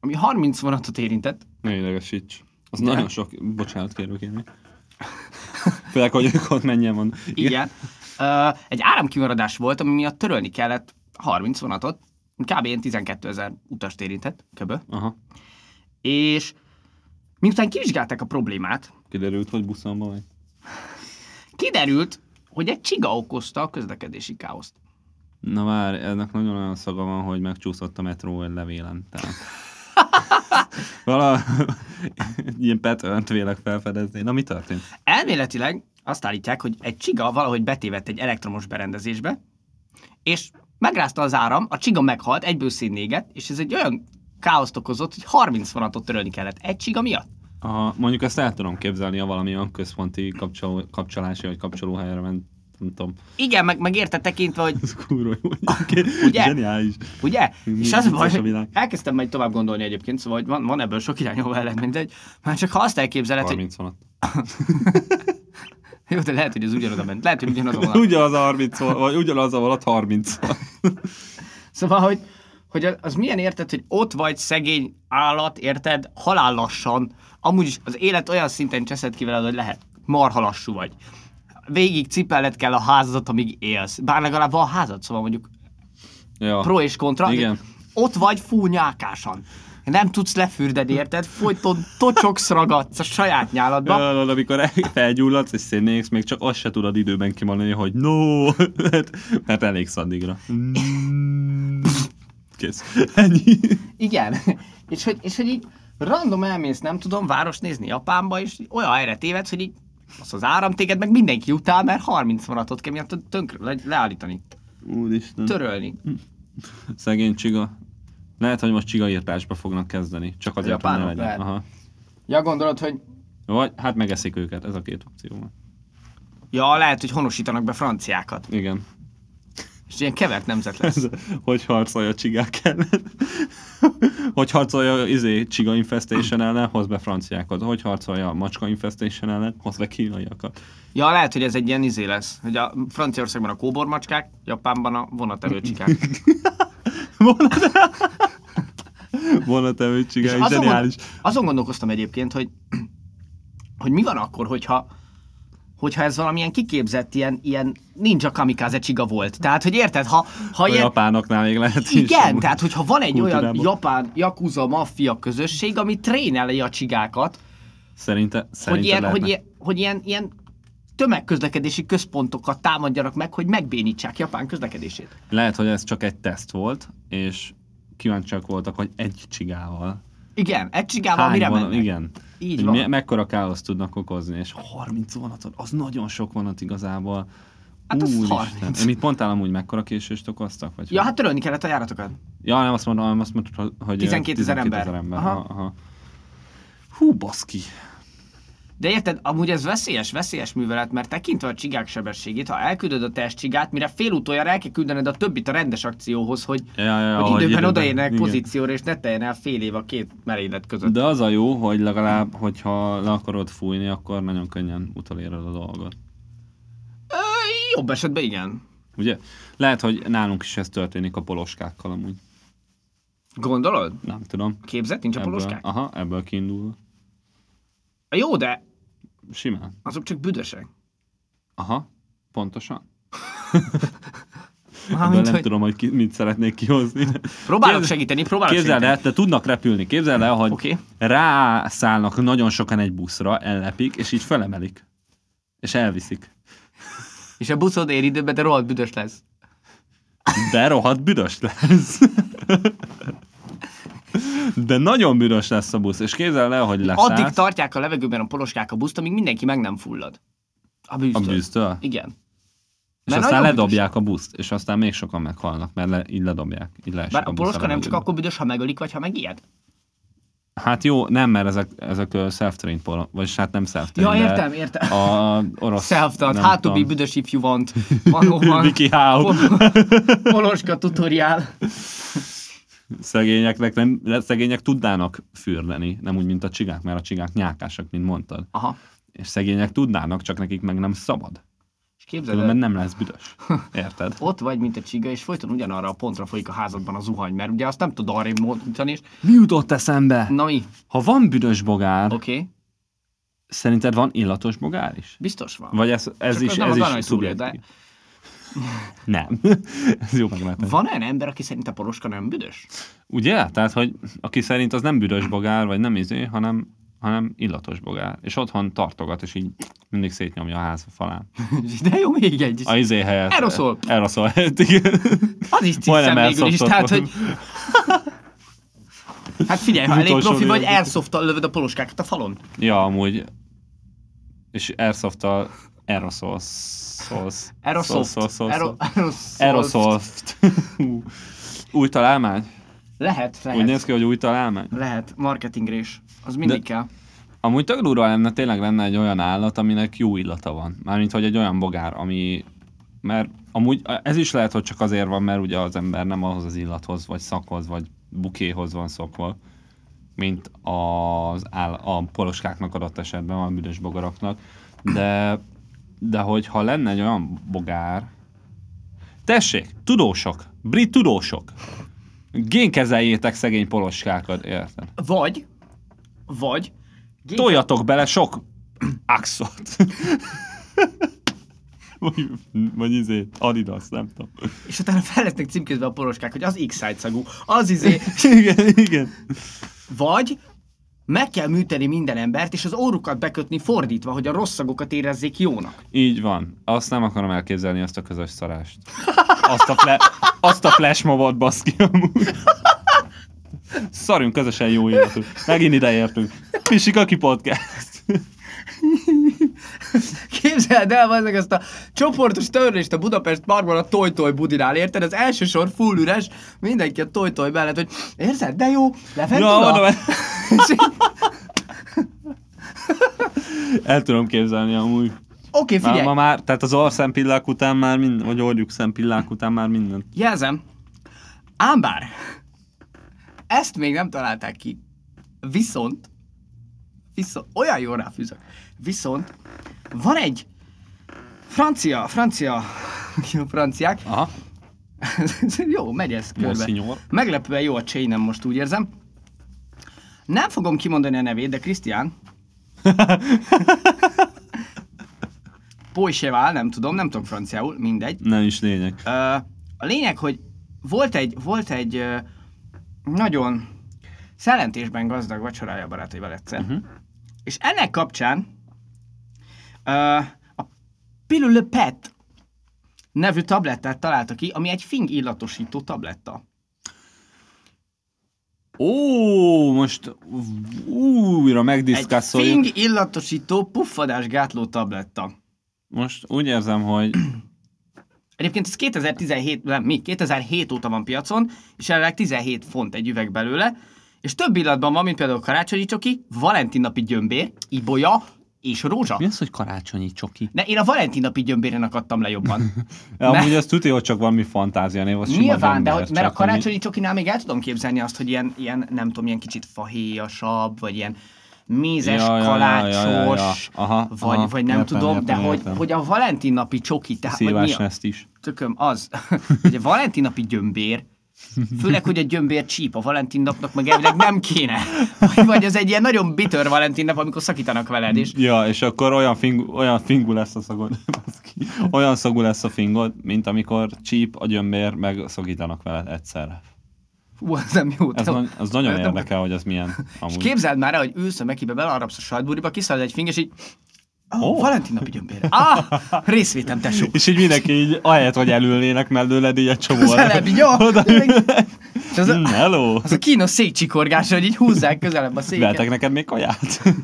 [SPEAKER 2] ami 30 vonatot érintett.
[SPEAKER 1] Ne idegesíts. Az De. nagyon sok, bocsánat kérlek én. Főleg, hogy ők ott menjen van.
[SPEAKER 2] Igen. Uh, egy áramkimaradás volt, ami miatt törölni kellett 30 vonatot, kb. ilyen 12 ezer utast érintett, köbö.
[SPEAKER 1] Aha.
[SPEAKER 2] És miután kivizsgálták a problémát,
[SPEAKER 1] Kiderült, hogy buszon vagy.
[SPEAKER 2] kiderült, hogy egy csiga okozta a közlekedési káoszt.
[SPEAKER 1] Na vár, ennek nagyon olyan szaga van, hogy megcsúszott a metró egy levélen. Tehát. Vala egy ilyen petönt vélek felfedezni. Na mi történt?
[SPEAKER 2] Elméletileg azt állítják, hogy egy csiga valahogy betévedt egy elektromos berendezésbe, és megrázta az áram, a csiga meghalt, egyből színnéget, és ez egy olyan káoszt okozott, hogy 30 forintot törölni kellett egy csiga miatt.
[SPEAKER 1] Aha, mondjuk azt el tudom képzelni, ha valami olyan központi kapcsol, kapcsolási vagy kapcsolóhelyre ment, nem tudom.
[SPEAKER 2] Igen, meg, meg érte tekintve, hogy
[SPEAKER 1] Ez kurva jó. egyébként.
[SPEAKER 2] Ugye?
[SPEAKER 1] Zseniális.
[SPEAKER 2] Ugye?
[SPEAKER 1] Mi
[SPEAKER 2] és az a baj,
[SPEAKER 1] Mhm, vicces a
[SPEAKER 2] hogy
[SPEAKER 1] világ.
[SPEAKER 2] elkezdtem majd tovább gondolni egyébként, szóval hogy van, van ebből sok irány, ahol el lehet mindegy. Már csak ha azt elképzeled, hogy
[SPEAKER 1] 30 vonat.
[SPEAKER 2] jó, de lehet, hogy ez ugyanoda ment, lehet, hogy ugyanaz van.
[SPEAKER 1] Ugyanaz a 30 vonat, vagy ugyanaz a vonat 30 vonat.
[SPEAKER 2] Szóval, hogy, hogy az- az milyen érted, hogy ott vagy szegény állat, érted, halál lassan, amúgy is az élet olyan szinten cseszed ki veled, hogy lehet, marha lassú vagy. Végig cipelned kell a házat, amíg élsz. Bár legalább van házad, szóval mondjuk
[SPEAKER 1] Ja.
[SPEAKER 2] pro és kontra.
[SPEAKER 1] Igen.
[SPEAKER 2] Ott vagy fú nyálkásan. Nem tudsz lefürdeni, érted? Folyton tocsogsz, ragadsz a saját nyáladba.
[SPEAKER 1] Tudod, amikor el- felgyulladsz és szénnéksz, még csak azt se tudod időben kimondani, hogy no, mert, mert elég addigra. Mm. Kész. Ennyi.
[SPEAKER 2] Igen. És hogy, és hogy így random elmész, nem tudom, város nézni Japánba, és így olyan helyre tévedsz, hogy így az az áram téged, meg mindenki utál, mert 30 vonatot kell miatt tönkre le, leállítani,
[SPEAKER 1] Úristen.
[SPEAKER 2] törölni.
[SPEAKER 1] Szegény csiga. Lehet, hogy most csigaírtásba fognak kezdeni. Csak azért, hogy ne
[SPEAKER 2] Japánok
[SPEAKER 1] legyen.
[SPEAKER 2] lehet.
[SPEAKER 1] Aha.
[SPEAKER 2] Ja, gondolod, hogy...
[SPEAKER 1] Vagy hát megeszik őket, ez a két opció van.
[SPEAKER 2] Ja, lehet, hogy honosítanak be franciákat.
[SPEAKER 1] Igen.
[SPEAKER 2] És ilyen kevert nemzet lesz.
[SPEAKER 1] Ez, hogy harcolja a csigák ellen. hogy harcolja izé, csiga infestation ellen, hoz be franciákat. Hogy harcolja a macska infestation ellen, hoz be kínaiakat.
[SPEAKER 2] Ja, lehet, hogy ez egy ilyen izé lesz, hogy a Franciaországban a kóbormacskák, Japánban a vonaterőcsikák.
[SPEAKER 1] Vonatevő csigány,
[SPEAKER 2] azon, gond,
[SPEAKER 1] zseniális.
[SPEAKER 2] azon gondolkoztam egyébként, hogy, hogy mi van akkor, hogyha, hogyha ez valamilyen kiképzett, ilyen, ilyen ninja kamikaze csiga volt. Tehát, hogy érted, ha, ha
[SPEAKER 1] A
[SPEAKER 2] ilyen,
[SPEAKER 1] japánoknál még lehet is.
[SPEAKER 2] igen,
[SPEAKER 1] amúgy.
[SPEAKER 2] tehát hogyha van egy olyan
[SPEAKER 1] kultúrában.
[SPEAKER 2] japán jakuza maffia közösség, ami tréneli a csigákat,
[SPEAKER 1] Szerinte,
[SPEAKER 2] hogy
[SPEAKER 1] szerinte
[SPEAKER 2] ilyen,
[SPEAKER 1] lehetne.
[SPEAKER 2] hogy, ilyen, hogy ilyen, ilyen tömegközlekedési központokat támadjanak meg, hogy megbénítsák Japán közlekedését.
[SPEAKER 1] Lehet, hogy ez csak egy teszt volt, és kíváncsiak voltak, hogy egy csigával.
[SPEAKER 2] Igen, egy csigával mire
[SPEAKER 1] vonat-
[SPEAKER 2] mennek?
[SPEAKER 1] Igen.
[SPEAKER 2] Így
[SPEAKER 1] Hogy
[SPEAKER 2] van.
[SPEAKER 1] Me- mekkora káoszt tudnak okozni, és 30 vonaton, az nagyon sok vonat igazából.
[SPEAKER 2] Hát az
[SPEAKER 1] Úristen.
[SPEAKER 2] 30.
[SPEAKER 1] Mit mondtál amúgy, mekkora késést okoztak? Vagy
[SPEAKER 2] Ja, hát törölni kellett a járatokat.
[SPEAKER 1] ja, nem azt mondtam, hanem azt mondtad, hogy
[SPEAKER 2] 12 000 ember.
[SPEAKER 1] ember. ember.
[SPEAKER 2] Aha.
[SPEAKER 1] Aha. Aha. Hú, baszki.
[SPEAKER 2] De érted, amúgy ez veszélyes, veszélyes művelet, mert tekintve a csigák sebességét, ha elküldöd a test csigát, mire félútoljára el kell küldened a többit a rendes akcióhoz, hogy,
[SPEAKER 1] Ja, ja, ja,
[SPEAKER 2] hogy
[SPEAKER 1] ahogy
[SPEAKER 2] időben odaérjenek
[SPEAKER 1] igen.
[SPEAKER 2] pozícióra, és ne teljen el fél év a két merénylet között.
[SPEAKER 1] De az a jó, hogy legalább, hogyha le akarod fújni, akkor nagyon könnyen utoléred a dolgot.
[SPEAKER 2] Ö, jobb esetben igen.
[SPEAKER 1] Ugye? Lehet, hogy nálunk is ez történik a poloskákkal amúgy.
[SPEAKER 2] Gondolod?
[SPEAKER 1] Nem tudom.
[SPEAKER 2] Képzett nincs a
[SPEAKER 1] Ebből,
[SPEAKER 2] poloskák?
[SPEAKER 1] aha, ebből kiindul.
[SPEAKER 2] Jó, de
[SPEAKER 1] Simán.
[SPEAKER 2] azok csak büdösek.
[SPEAKER 1] Aha, pontosan. Ebből
[SPEAKER 2] Mármint,
[SPEAKER 1] nem
[SPEAKER 2] hogy
[SPEAKER 1] tudom, hogy ki, mit szeretnék kihozni.
[SPEAKER 2] próbálok
[SPEAKER 1] Képz-
[SPEAKER 2] segíteni, próbálok
[SPEAKER 1] Képzeld
[SPEAKER 2] segíteni.
[SPEAKER 1] el, de tudnak repülni. Képzeld el, hogy
[SPEAKER 2] Oké.
[SPEAKER 1] rászállnak nagyon sokan egy buszra, ellepik, és így felemelik. És elviszik.
[SPEAKER 2] És a buszod ér időben, de rohadt büdös lesz.
[SPEAKER 1] De rohadt büdös lesz. De nagyon büdös lesz a busz, és képzeld el, hogy leszállsz.
[SPEAKER 2] Addig tartják a levegőben a poloskák a buszt, amíg mindenki meg nem fullad. A
[SPEAKER 1] a
[SPEAKER 2] bűztől.
[SPEAKER 1] bűztől.
[SPEAKER 2] Igen.
[SPEAKER 1] És
[SPEAKER 2] Mert
[SPEAKER 1] aztán
[SPEAKER 2] nagyon büdös.
[SPEAKER 1] ledobják a buszt, és aztán még sokan meghalnak, mert le, így ledobják. Így leesik
[SPEAKER 2] Bár a
[SPEAKER 1] busz
[SPEAKER 2] poloska nem csak
[SPEAKER 1] levegőbe.
[SPEAKER 2] akkor büdös, ha megölik, vagy ha megijed.
[SPEAKER 1] Hát jó, nem, mert ezek, ezek ö, self-trained polo, vagyis hát nem
[SPEAKER 2] Ja,
[SPEAKER 1] self-trained. de
[SPEAKER 2] értem, értem. hát
[SPEAKER 1] A orosz...
[SPEAKER 2] Self-taught,
[SPEAKER 1] nem
[SPEAKER 2] how to be
[SPEAKER 1] tudom.
[SPEAKER 2] büdös if you want. Valóban.
[SPEAKER 1] Viki Hau.
[SPEAKER 2] Pol- Poloska tutoriál.
[SPEAKER 1] Szegényeknek nem, le- szegények tudnának fürdeni, nem úgy, mint a csigák, mert a csigák nyákásak, mint mondtad.
[SPEAKER 2] Aha.
[SPEAKER 1] És szegények tudnának, csak nekik meg nem szabad.
[SPEAKER 2] És képzeld
[SPEAKER 1] Mert
[SPEAKER 2] el,
[SPEAKER 1] nem lesz büdös. Érted?
[SPEAKER 2] ott vagy, mint a csiga, és folyton ugyanarra a pontra folyik a házadban a zuhany, mert ugye azt nem tud arrébb mozdítani, és
[SPEAKER 1] Mi jutott eszembe?
[SPEAKER 2] na mi?
[SPEAKER 1] Ha van büdös bogár,
[SPEAKER 2] Oké, okay.
[SPEAKER 1] szerinted van illatos bogár is?
[SPEAKER 2] biztos van.
[SPEAKER 1] Vagy ez, ez
[SPEAKER 2] Csak
[SPEAKER 1] is,
[SPEAKER 2] az nem
[SPEAKER 1] ez
[SPEAKER 2] az
[SPEAKER 1] is
[SPEAKER 2] arany túlélő,
[SPEAKER 1] szubjektív.
[SPEAKER 2] de
[SPEAKER 1] Nem. ez jó meglátás.
[SPEAKER 2] van olyan ember, aki szerint a poloska nem büdös?
[SPEAKER 1] Ugye? Tehát, hogy aki szerint az nem büdös bogár, vagy nem izé, hanem, hanem illatos bogár. És otthon tartogat, és így mindig szétnyomja a ház falán.
[SPEAKER 2] De jó, még egy.
[SPEAKER 1] A izé helyett.
[SPEAKER 2] Aeroszol.
[SPEAKER 1] Aeroszol helyett, igen.
[SPEAKER 2] Az is ciszem
[SPEAKER 1] Majdnem
[SPEAKER 2] végül is,
[SPEAKER 1] elszoftot
[SPEAKER 2] tehát, hogy...
[SPEAKER 1] mondom.
[SPEAKER 2] Hát figyelj, ha elég
[SPEAKER 1] Utolsó
[SPEAKER 2] profi vagy,
[SPEAKER 1] lövés.
[SPEAKER 2] airsoft lövöd a poloskákat a falon.
[SPEAKER 1] Ja, amúgy. És airsoft Aerosol.
[SPEAKER 2] Aerosoft. Aero- Aerosoft.
[SPEAKER 1] Aerosoft. Hú. új találmány?
[SPEAKER 2] Lehet, lehet.
[SPEAKER 1] Úgy néz ki, hogy új találmány?
[SPEAKER 2] Lehet, marketingre is. Az mindig
[SPEAKER 1] De-
[SPEAKER 2] kell.
[SPEAKER 1] Amúgy tök durva lenne, tényleg lenne egy olyan állat, aminek jó illata van. Mármint, hogy egy olyan bogár, ami... Mert amúgy ez is lehet, hogy csak azért van, mert ugye az ember nem ahhoz az illathoz, vagy szakhoz, vagy bukéhoz van szokva, mint az áll, a poloskáknak adott esetben, a büdös bogaraknak. De, de hogyha lenne egy olyan bogár... Tessék, tudósok, brit tudósok, génkezeljétek szegény poloskákat, érted?
[SPEAKER 2] Vagy, vagy,
[SPEAKER 1] Toljatok bele sok axot. vagy, vagy izé, Adidas, nem tudom.
[SPEAKER 2] és utána fel lesznek címkézve a poloskák, hogy az x szagú, az izé,
[SPEAKER 1] igen, igen.
[SPEAKER 2] vagy meg kell műteni minden embert, és az órukat bekötni fordítva, hogy a rossz szagokat érezzék jónak.
[SPEAKER 1] Így van. Azt nem akarom elképzelni, azt a közös szarást. Azt a, fle- azt a flashmobot baszki amúgy. Szarjunk közösen jó életünk. Megint ide értünk. Pisik, aki podcast.
[SPEAKER 2] Képzeld el, ezek ezt a csoportos törlést a Budapest Parkban a Toj-Toj budinál, érted? Az első sor full üres, mindenki a Toj-Toj mellett, hogy érzed, de jó,
[SPEAKER 1] Ja, mondom,
[SPEAKER 2] leventula.
[SPEAKER 1] el, el tudom képzelni amúgy.
[SPEAKER 2] Oké,
[SPEAKER 1] Már,
[SPEAKER 2] figyelj,
[SPEAKER 1] ma már, tehát az arszempillák után már minden, vagy orgyuk szempillák után már mindent.
[SPEAKER 2] jelzem, ám bár, ezt még nem találták ki, viszont, viszont, olyan jól ráfűzök, viszont van egy francia, francia, franciák,
[SPEAKER 1] Aha.
[SPEAKER 2] jó, megy ez körbe.
[SPEAKER 1] Monsignor.
[SPEAKER 2] Meglepően jó a chain most úgy érzem. Nem fogom kimondani a nevét, de Krisztián. Poisevál, nem tudom, nem tudok franciául, mindegy.
[SPEAKER 1] Nem is lényeg.
[SPEAKER 2] Ö, a lényeg, hogy volt egy, volt egy ö, nagyon szellentésben gazdag vacsorája a barátaival egyszer. Uh-huh. És ennek kapcsán ö, a Pilule Pet nevű tablettát találta ki, ami egy fing illatosító tabletta.
[SPEAKER 1] Ó, most újra megdiszkasszoljuk.
[SPEAKER 2] Egy fing illatosító puffadásgátló tabletta.
[SPEAKER 1] Most úgy érzem, hogy
[SPEAKER 2] Egyébként ez 2017, nem mi, 2007 óta van piacon, és jelenleg 17 font egy üveg belőle, és több illatban van, mint például karácsonyi csoki, valentinnapi gyömbér, ibolya és rózsa.
[SPEAKER 1] mi az, hogy karácsonyi csoki?
[SPEAKER 2] Ne, én a valentinnapi gyömbéren akadtam le jobban.
[SPEAKER 1] Ja, amúgy az tudja, hogy csak valami fantázia név, az sima
[SPEAKER 2] Nyilván, de
[SPEAKER 1] gyömbér,
[SPEAKER 2] hogy, mert a
[SPEAKER 1] csak ami-
[SPEAKER 2] karácsonyi csokinál még el tudom képzelni azt, hogy ilyen, ilyen nem tudom, ilyen kicsit fahéjasabb, vagy ilyen mézes,
[SPEAKER 1] Ja, ja, ja, ja,
[SPEAKER 2] kalácsos,
[SPEAKER 1] ja, ja. Aha,
[SPEAKER 2] vagy,
[SPEAKER 1] aha,
[SPEAKER 2] vagy nem
[SPEAKER 1] értem,
[SPEAKER 2] tudom,
[SPEAKER 1] értem,
[SPEAKER 2] de
[SPEAKER 1] értem.
[SPEAKER 2] Hogy, hogy a valentinnapi csoki, tehát vagy mi
[SPEAKER 1] Szívás
[SPEAKER 2] a,
[SPEAKER 1] ezt is.
[SPEAKER 2] tököm az, hogy a valentinapi gyömbér, főleg, hogy a gyömbér csíp, a Valentin napnak meg elvileg nem kéne. Vagy- Vagy az egy ilyen nagyon bitter Valentin nap, amikor szakítanak veled, és
[SPEAKER 1] Ja, és akkor olyan, fing, olyan fingú lesz a szagod. baszki. olyan szagú lesz a fingod, mint amikor csíp a gyömbér, meg szagítanak veled egyszerre.
[SPEAKER 2] hú, az nem jó.
[SPEAKER 1] Ez,
[SPEAKER 2] de-
[SPEAKER 1] na- az nagyon
[SPEAKER 2] Ez nem-
[SPEAKER 1] érdekel, hogy az milyen.
[SPEAKER 2] És
[SPEAKER 1] Amúgy.
[SPEAKER 2] képzeld már el, hogy ülsz a mekibe, belarapsz a sajtbúriba, kiszalad egy fing, és így Oh,
[SPEAKER 1] Ó.
[SPEAKER 2] Valentin napi gyömbér. Ah, részvétem, tesó.
[SPEAKER 1] És így mindenki így, ahelyett, hogy elülnének mellőled, így egy csomó.
[SPEAKER 2] Közelebb, így, ja.
[SPEAKER 1] Oda,
[SPEAKER 2] És az,
[SPEAKER 1] Mm,
[SPEAKER 2] a,
[SPEAKER 1] hello!
[SPEAKER 2] az a kínos székcsikorgás, hogy így húzzák közelebb a
[SPEAKER 1] Vehetek
[SPEAKER 2] széket.
[SPEAKER 1] neked még kaját?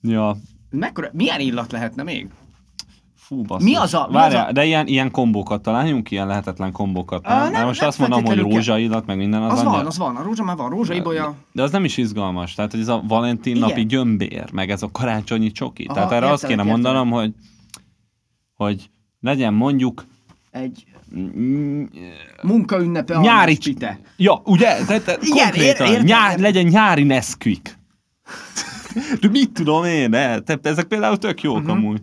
[SPEAKER 1] ja.
[SPEAKER 2] Mekkora, milyen illat lehetne még?
[SPEAKER 1] Fú, basszus.
[SPEAKER 2] Mi az a- mi
[SPEAKER 1] Várjál,
[SPEAKER 2] az a-
[SPEAKER 1] de ilyen, ilyen kombókat találjunk, ilyen lehetetlen kombókat.
[SPEAKER 2] Á,
[SPEAKER 1] Nem?
[SPEAKER 2] nem-
[SPEAKER 1] Mert most
[SPEAKER 2] nem
[SPEAKER 1] azt mondom, hogy
[SPEAKER 2] feltétlenül kell.
[SPEAKER 1] rózsaillat, meg minden az,
[SPEAKER 2] Az
[SPEAKER 1] annyira-
[SPEAKER 2] van, az van. A rózsa már van, rózsa, ibolya.
[SPEAKER 1] De az nem is izgalmas. Tehát, hogy ez a Valentin
[SPEAKER 2] Igen.
[SPEAKER 1] napi gyömbér, meg ez a karácsonyi csoki.
[SPEAKER 2] Aha,
[SPEAKER 1] Tehát erre azt kéne
[SPEAKER 2] értelek,
[SPEAKER 1] mondanom, hogy, hogy legyen mondjuk
[SPEAKER 2] Egy
[SPEAKER 1] mm,
[SPEAKER 2] munkaünnepe a
[SPEAKER 1] nyári...
[SPEAKER 2] pite.
[SPEAKER 1] Ja, ugye? Tehát, tehát
[SPEAKER 2] Igen,
[SPEAKER 1] konkrétan,
[SPEAKER 2] ér- értem,
[SPEAKER 1] nyár,
[SPEAKER 2] értem.
[SPEAKER 1] legyen nyári Nesquik. De mit tudom én, ne? Te, ezek például tök jók uh-huh. amúgy.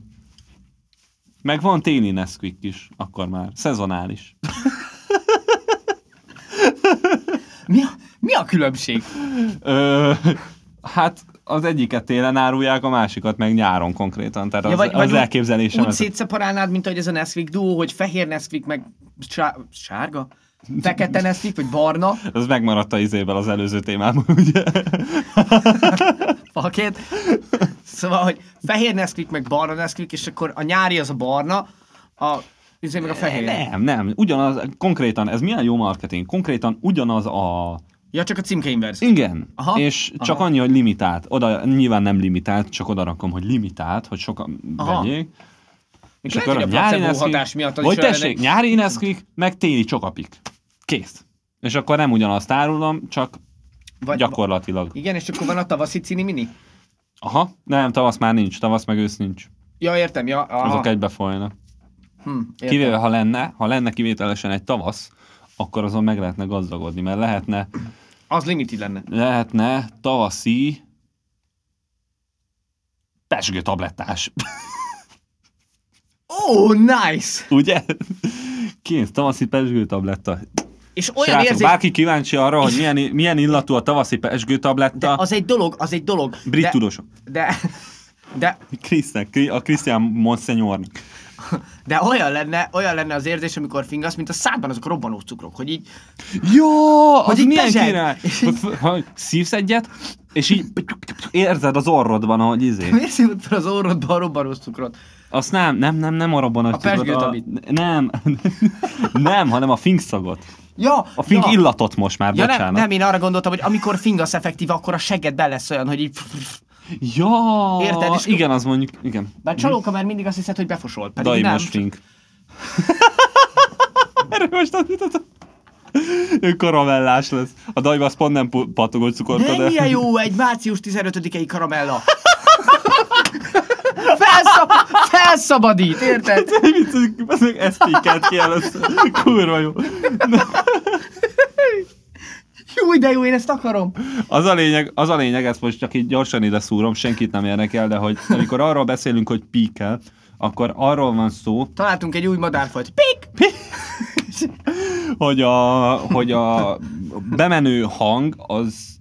[SPEAKER 1] Meg van téli Nesquik is, akkor már. Szezonális.
[SPEAKER 2] Mi a, mi a különbség?
[SPEAKER 1] Ö, hát az egyiket télen árulják, a másikat meg nyáron konkrétan. Tehát az, az
[SPEAKER 2] úgy-
[SPEAKER 1] elképzelésem.
[SPEAKER 2] Úgy
[SPEAKER 1] ez-
[SPEAKER 2] szétszeparálnád, mint ahogy ez a Nesquik duó, hogy fehér Nesquik meg sá- sárga? Fekete Nesquik, vagy barna?
[SPEAKER 1] Ez megmaradt a izével az előző témában, ugye?
[SPEAKER 2] Fakét. Szóval, hogy fehér Nesquik meg barna Nesquik, és akkor a nyári az a barna, a izé meg a fehér.
[SPEAKER 1] Nem, nem. Ugyanaz, konkrétan, ez milyen jó marketing? Konkrétan ugyanaz a
[SPEAKER 2] Ja, csak a címke inverz.
[SPEAKER 1] Igen,
[SPEAKER 2] Aha.
[SPEAKER 1] Aha. és csak
[SPEAKER 2] Aha.
[SPEAKER 1] Aha. annyi, hogy limitált. Oda, nyilván nem limitált, csak oda rakom, hogy limitált, hogy sokan
[SPEAKER 2] Aha.
[SPEAKER 1] Aha. vegyék.
[SPEAKER 2] És lehet, hogy a placebo hatás miatt az
[SPEAKER 1] Hogy
[SPEAKER 2] is olyan
[SPEAKER 1] tessék,
[SPEAKER 2] ennek-
[SPEAKER 1] nyári ineszklik, meg téli csokapik. Kész. És akkor nem ugyanazt árulom, csak
[SPEAKER 2] Vagy-
[SPEAKER 1] gyakorlatilag.
[SPEAKER 2] Igen, és akkor van a tavaszi cini mini?
[SPEAKER 1] Aha, nem, tavasz már nincs, tavasz meg ősz nincs.
[SPEAKER 2] Ja, értem, ja. Aha.
[SPEAKER 1] Azok egybefolynak.
[SPEAKER 2] Hm, értem.
[SPEAKER 1] Kivéve, ha lenne, ha lenne kivételesen egy tavasz, akkor azon meg lehetne gazdagodni, mert lehetne,
[SPEAKER 2] Az limited lenne.
[SPEAKER 1] lehetne tavaszi pesgő tablettás.
[SPEAKER 2] Oh, nice!
[SPEAKER 1] Ugye? Kész, tavaszi pesgő tabletta.
[SPEAKER 2] És olyan
[SPEAKER 1] Srácok,
[SPEAKER 2] érzés...
[SPEAKER 1] bárki kíváncsi arra, hogy milyen, milyen illatú a tavaszi pesgő
[SPEAKER 2] De
[SPEAKER 1] tabletta,
[SPEAKER 2] az egy dolog, az egy dolog.
[SPEAKER 1] brit
[SPEAKER 2] de,
[SPEAKER 1] tudósok.
[SPEAKER 2] De, de,
[SPEAKER 1] Krisznek, Kri- a Krisztián Monsenyornak.
[SPEAKER 2] de olyan, lenne, olyan lenne az érzés, amikor fingasz, mint a szádban azok a robbanó cukrok, hogy így
[SPEAKER 1] Jó, az
[SPEAKER 2] így
[SPEAKER 1] milyen
[SPEAKER 2] pezseg.
[SPEAKER 1] király! Hogy f- hogy Szívsz egyet, és így érzed az orrodban, ahogy izé.
[SPEAKER 2] miért szívod fel az orrodba a robbanó cukrot?
[SPEAKER 1] Azt nem, nem, nem, nem a robbanás.
[SPEAKER 2] A pezsgőtabit.
[SPEAKER 1] Nem, nem, hanem a fink szagot.
[SPEAKER 2] Ja,
[SPEAKER 1] A fink
[SPEAKER 2] ja.
[SPEAKER 1] ja. illatot most már,
[SPEAKER 2] Ja,
[SPEAKER 1] bocsánat.
[SPEAKER 2] nem, nem, én arra gondoltam, hogy amikor fingasz effektív, akkor a segged be lesz olyan, hogy így...
[SPEAKER 1] Ja,
[SPEAKER 2] Érted, és-
[SPEAKER 1] igen, az mondjuk, igen.
[SPEAKER 2] Bár csalóka már mindig azt hiszed, hogy befosol, pedig nem.
[SPEAKER 1] Daimos fink. Erről most azt jutottam. Ő karamellás lesz. A dajva az pont nem pu- patogó cukorka, de...
[SPEAKER 2] Mennyire jó egy március 15-i karamella! Felszab- felszabadít, érted?
[SPEAKER 1] Mit azok ezt pikkelt ki először. Kurva jó.
[SPEAKER 2] Jó, de jó, én ezt akarom.
[SPEAKER 1] Az a lényeg, az a lényeg, ezt most csak így gyorsan ide szúrom, senkit nem érdekel, de hogy amikor arról beszélünk, hogy píkel, akkor arról van szó,
[SPEAKER 2] Találtunk egy új madárfajt. Pik! Pik!
[SPEAKER 1] hogy a, hogy a bemenő hang az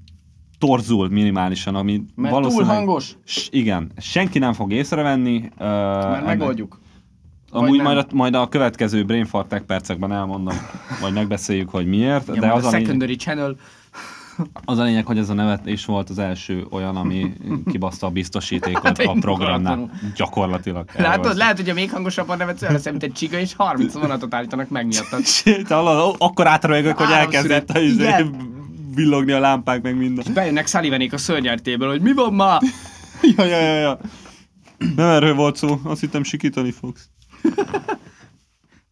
[SPEAKER 1] torzul minimálisan, ami
[SPEAKER 2] Mert
[SPEAKER 1] valószínűleg...
[SPEAKER 2] túl hangos.
[SPEAKER 1] S- igen, senki nem fog észrevenni. Uh,
[SPEAKER 2] Mert megoldjuk. vagy
[SPEAKER 1] Amúgy
[SPEAKER 2] nem.
[SPEAKER 1] majd a, majd a következő Brain Fart Tech percekben elmondom, vagy megbeszéljük, hogy miért,
[SPEAKER 2] Ja,
[SPEAKER 1] de
[SPEAKER 2] majd
[SPEAKER 1] az
[SPEAKER 2] a
[SPEAKER 1] a, lényeg,
[SPEAKER 2] secondary channel.
[SPEAKER 1] az a lényeg, hogy ez a nevetés volt az első olyan, ami kibaszta a biztosítékot
[SPEAKER 2] Hát én
[SPEAKER 1] a programnál.
[SPEAKER 2] gondoltam.
[SPEAKER 1] Gyakorlatilag. erről van
[SPEAKER 2] Látod,
[SPEAKER 1] szó.
[SPEAKER 2] lehet, hogy a még hangosabban nevetsz, olyan lesz, mint egy csiga, és 30 vonatot állítanak meg miattad.
[SPEAKER 1] Sét, hallod, akkor átrajogok, hogy
[SPEAKER 2] Államszünet.
[SPEAKER 1] elkezdett a izé
[SPEAKER 2] Igen.
[SPEAKER 1] villogni a lámpák, meg minden.
[SPEAKER 2] Bejönnek Sullivanék a szörnyertéből, hogy mi van ma?
[SPEAKER 1] Ja, ja, ja, ja. Nem erről volt szó, azt hittem sikítani fogsz.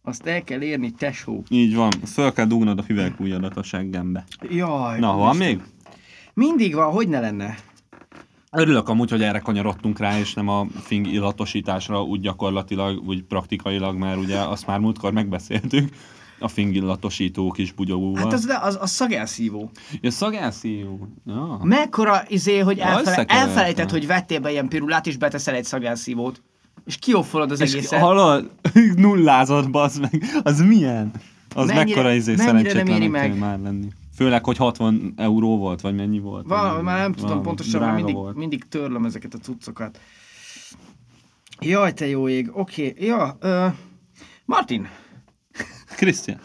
[SPEAKER 2] Azt el kell érni, tesó.
[SPEAKER 1] Így van, föl kell dugnod a hüvelykújadat a seggembe.
[SPEAKER 2] Jaj.
[SPEAKER 1] Na, van
[SPEAKER 2] Úristen.
[SPEAKER 1] még?
[SPEAKER 2] Mindig van, hogy ne lenne?
[SPEAKER 1] Örülök amúgy, hogy erre kanyarodtunk rá, és nem a fing illatosításra, úgy gyakorlatilag, úgy praktikailag, mert ugye azt már múltkor megbeszéltük, a fing illatosító kis bugyogóval.
[SPEAKER 2] Hát
[SPEAKER 1] Hát
[SPEAKER 2] az, az, az szagelszívó.
[SPEAKER 1] Ja, szagászíjú. Ja.
[SPEAKER 2] Mekkora izé, hogy
[SPEAKER 1] Ja,
[SPEAKER 2] elfele,
[SPEAKER 1] összekevertem.
[SPEAKER 2] elfelejted, hogy vettél be ilyen pirulát, és beteszel egy szagelszívót. És kiófolod az
[SPEAKER 1] És
[SPEAKER 2] egészet.
[SPEAKER 1] hallod, nullázott, bazd meg, az milyen? Az
[SPEAKER 2] Mennyire-
[SPEAKER 1] mennyire, mekkora izé
[SPEAKER 2] mennyire nem éri
[SPEAKER 1] szerencsétlen
[SPEAKER 2] meg?
[SPEAKER 1] kell már lenni. Főleg, hogy 60 euró volt, vagy mennyi volt?
[SPEAKER 2] Val,
[SPEAKER 1] Vagy
[SPEAKER 2] már nem tudom
[SPEAKER 1] valami
[SPEAKER 2] pontosan, mert
[SPEAKER 1] drága
[SPEAKER 2] mindig,
[SPEAKER 1] volt.
[SPEAKER 2] mindig törlöm ezeket a cuccokat. Jaj, te jó ég, oké. Okay. Ja, ö, Martin,
[SPEAKER 1] Krisztián.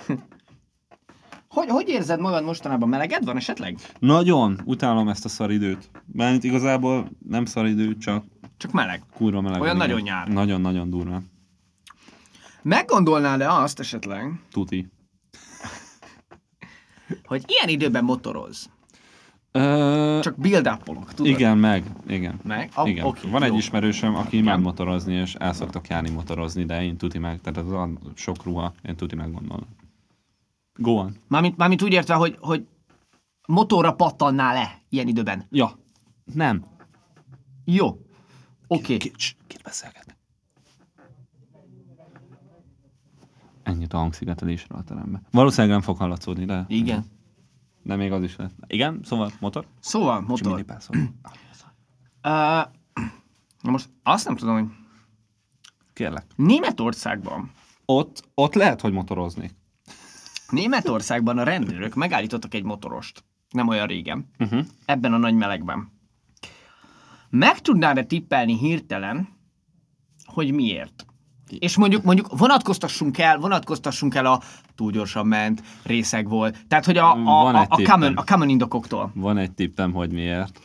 [SPEAKER 2] hogy, hogy érzed magad mostanában? Meleged van esetleg?
[SPEAKER 1] Nagyon utálom ezt a szaridőt. Mert igazából nem szaridő, csak
[SPEAKER 2] Csak meleg.
[SPEAKER 1] kurva meleg.
[SPEAKER 2] Olyan
[SPEAKER 1] van,
[SPEAKER 2] nagyon
[SPEAKER 1] igen.
[SPEAKER 2] nyár.
[SPEAKER 1] Nagyon-nagyon durván.
[SPEAKER 2] Meggondolnád-e azt esetleg,
[SPEAKER 1] Tuti.
[SPEAKER 2] hogy ilyen időben motoroz?
[SPEAKER 1] Ö,
[SPEAKER 2] Csak build upolok, tudod?
[SPEAKER 1] igen, meg. Igen.
[SPEAKER 2] Meg? A,
[SPEAKER 1] igen.
[SPEAKER 2] oké,
[SPEAKER 1] Van
[SPEAKER 2] jó.
[SPEAKER 1] egy ismerősöm, aki imád motorozni, és el szoktak járni motorozni, de én tuti meg, tehát az olyan sok ruha, én tuti meg gondolom. Go on.
[SPEAKER 2] Mármint, mármint úgy értve, hogy, hogy motorra pattannál le ilyen időben.
[SPEAKER 1] Ja. Nem.
[SPEAKER 2] Jó. Oké. Okay.
[SPEAKER 1] Kics, kit beszélgetnek? Ennyit a hangszigetelésre a teremben. Valószínűleg nem fog hallatszódni, de,
[SPEAKER 2] Igen.
[SPEAKER 1] de még az is lehet. Igen, szóval motor.
[SPEAKER 2] Szóval, motor.
[SPEAKER 1] Minipászol.
[SPEAKER 2] Uh, na most azt nem tudom, hogy
[SPEAKER 1] Kérlek.
[SPEAKER 2] Németországban.
[SPEAKER 1] Ott, ott lehet, hogy motorozni.
[SPEAKER 2] Németországban a rendőrök megállítottak egy motorost. Nem olyan régen.
[SPEAKER 1] Uh-huh.
[SPEAKER 2] Ebben a nagy melegben. Meg tudnád-e tippelni hirtelen, hogy miért? És mondjuk, mondjuk vonatkoztassunk el, vonatkoztassunk el a túl gyorsan ment, részeg volt. Tehát, hogy a, a,
[SPEAKER 1] Mm, Van
[SPEAKER 2] a,
[SPEAKER 1] egy
[SPEAKER 2] a,
[SPEAKER 1] tippem.
[SPEAKER 2] common, a common indokoktól.
[SPEAKER 1] Van egy tippem, hogy miért,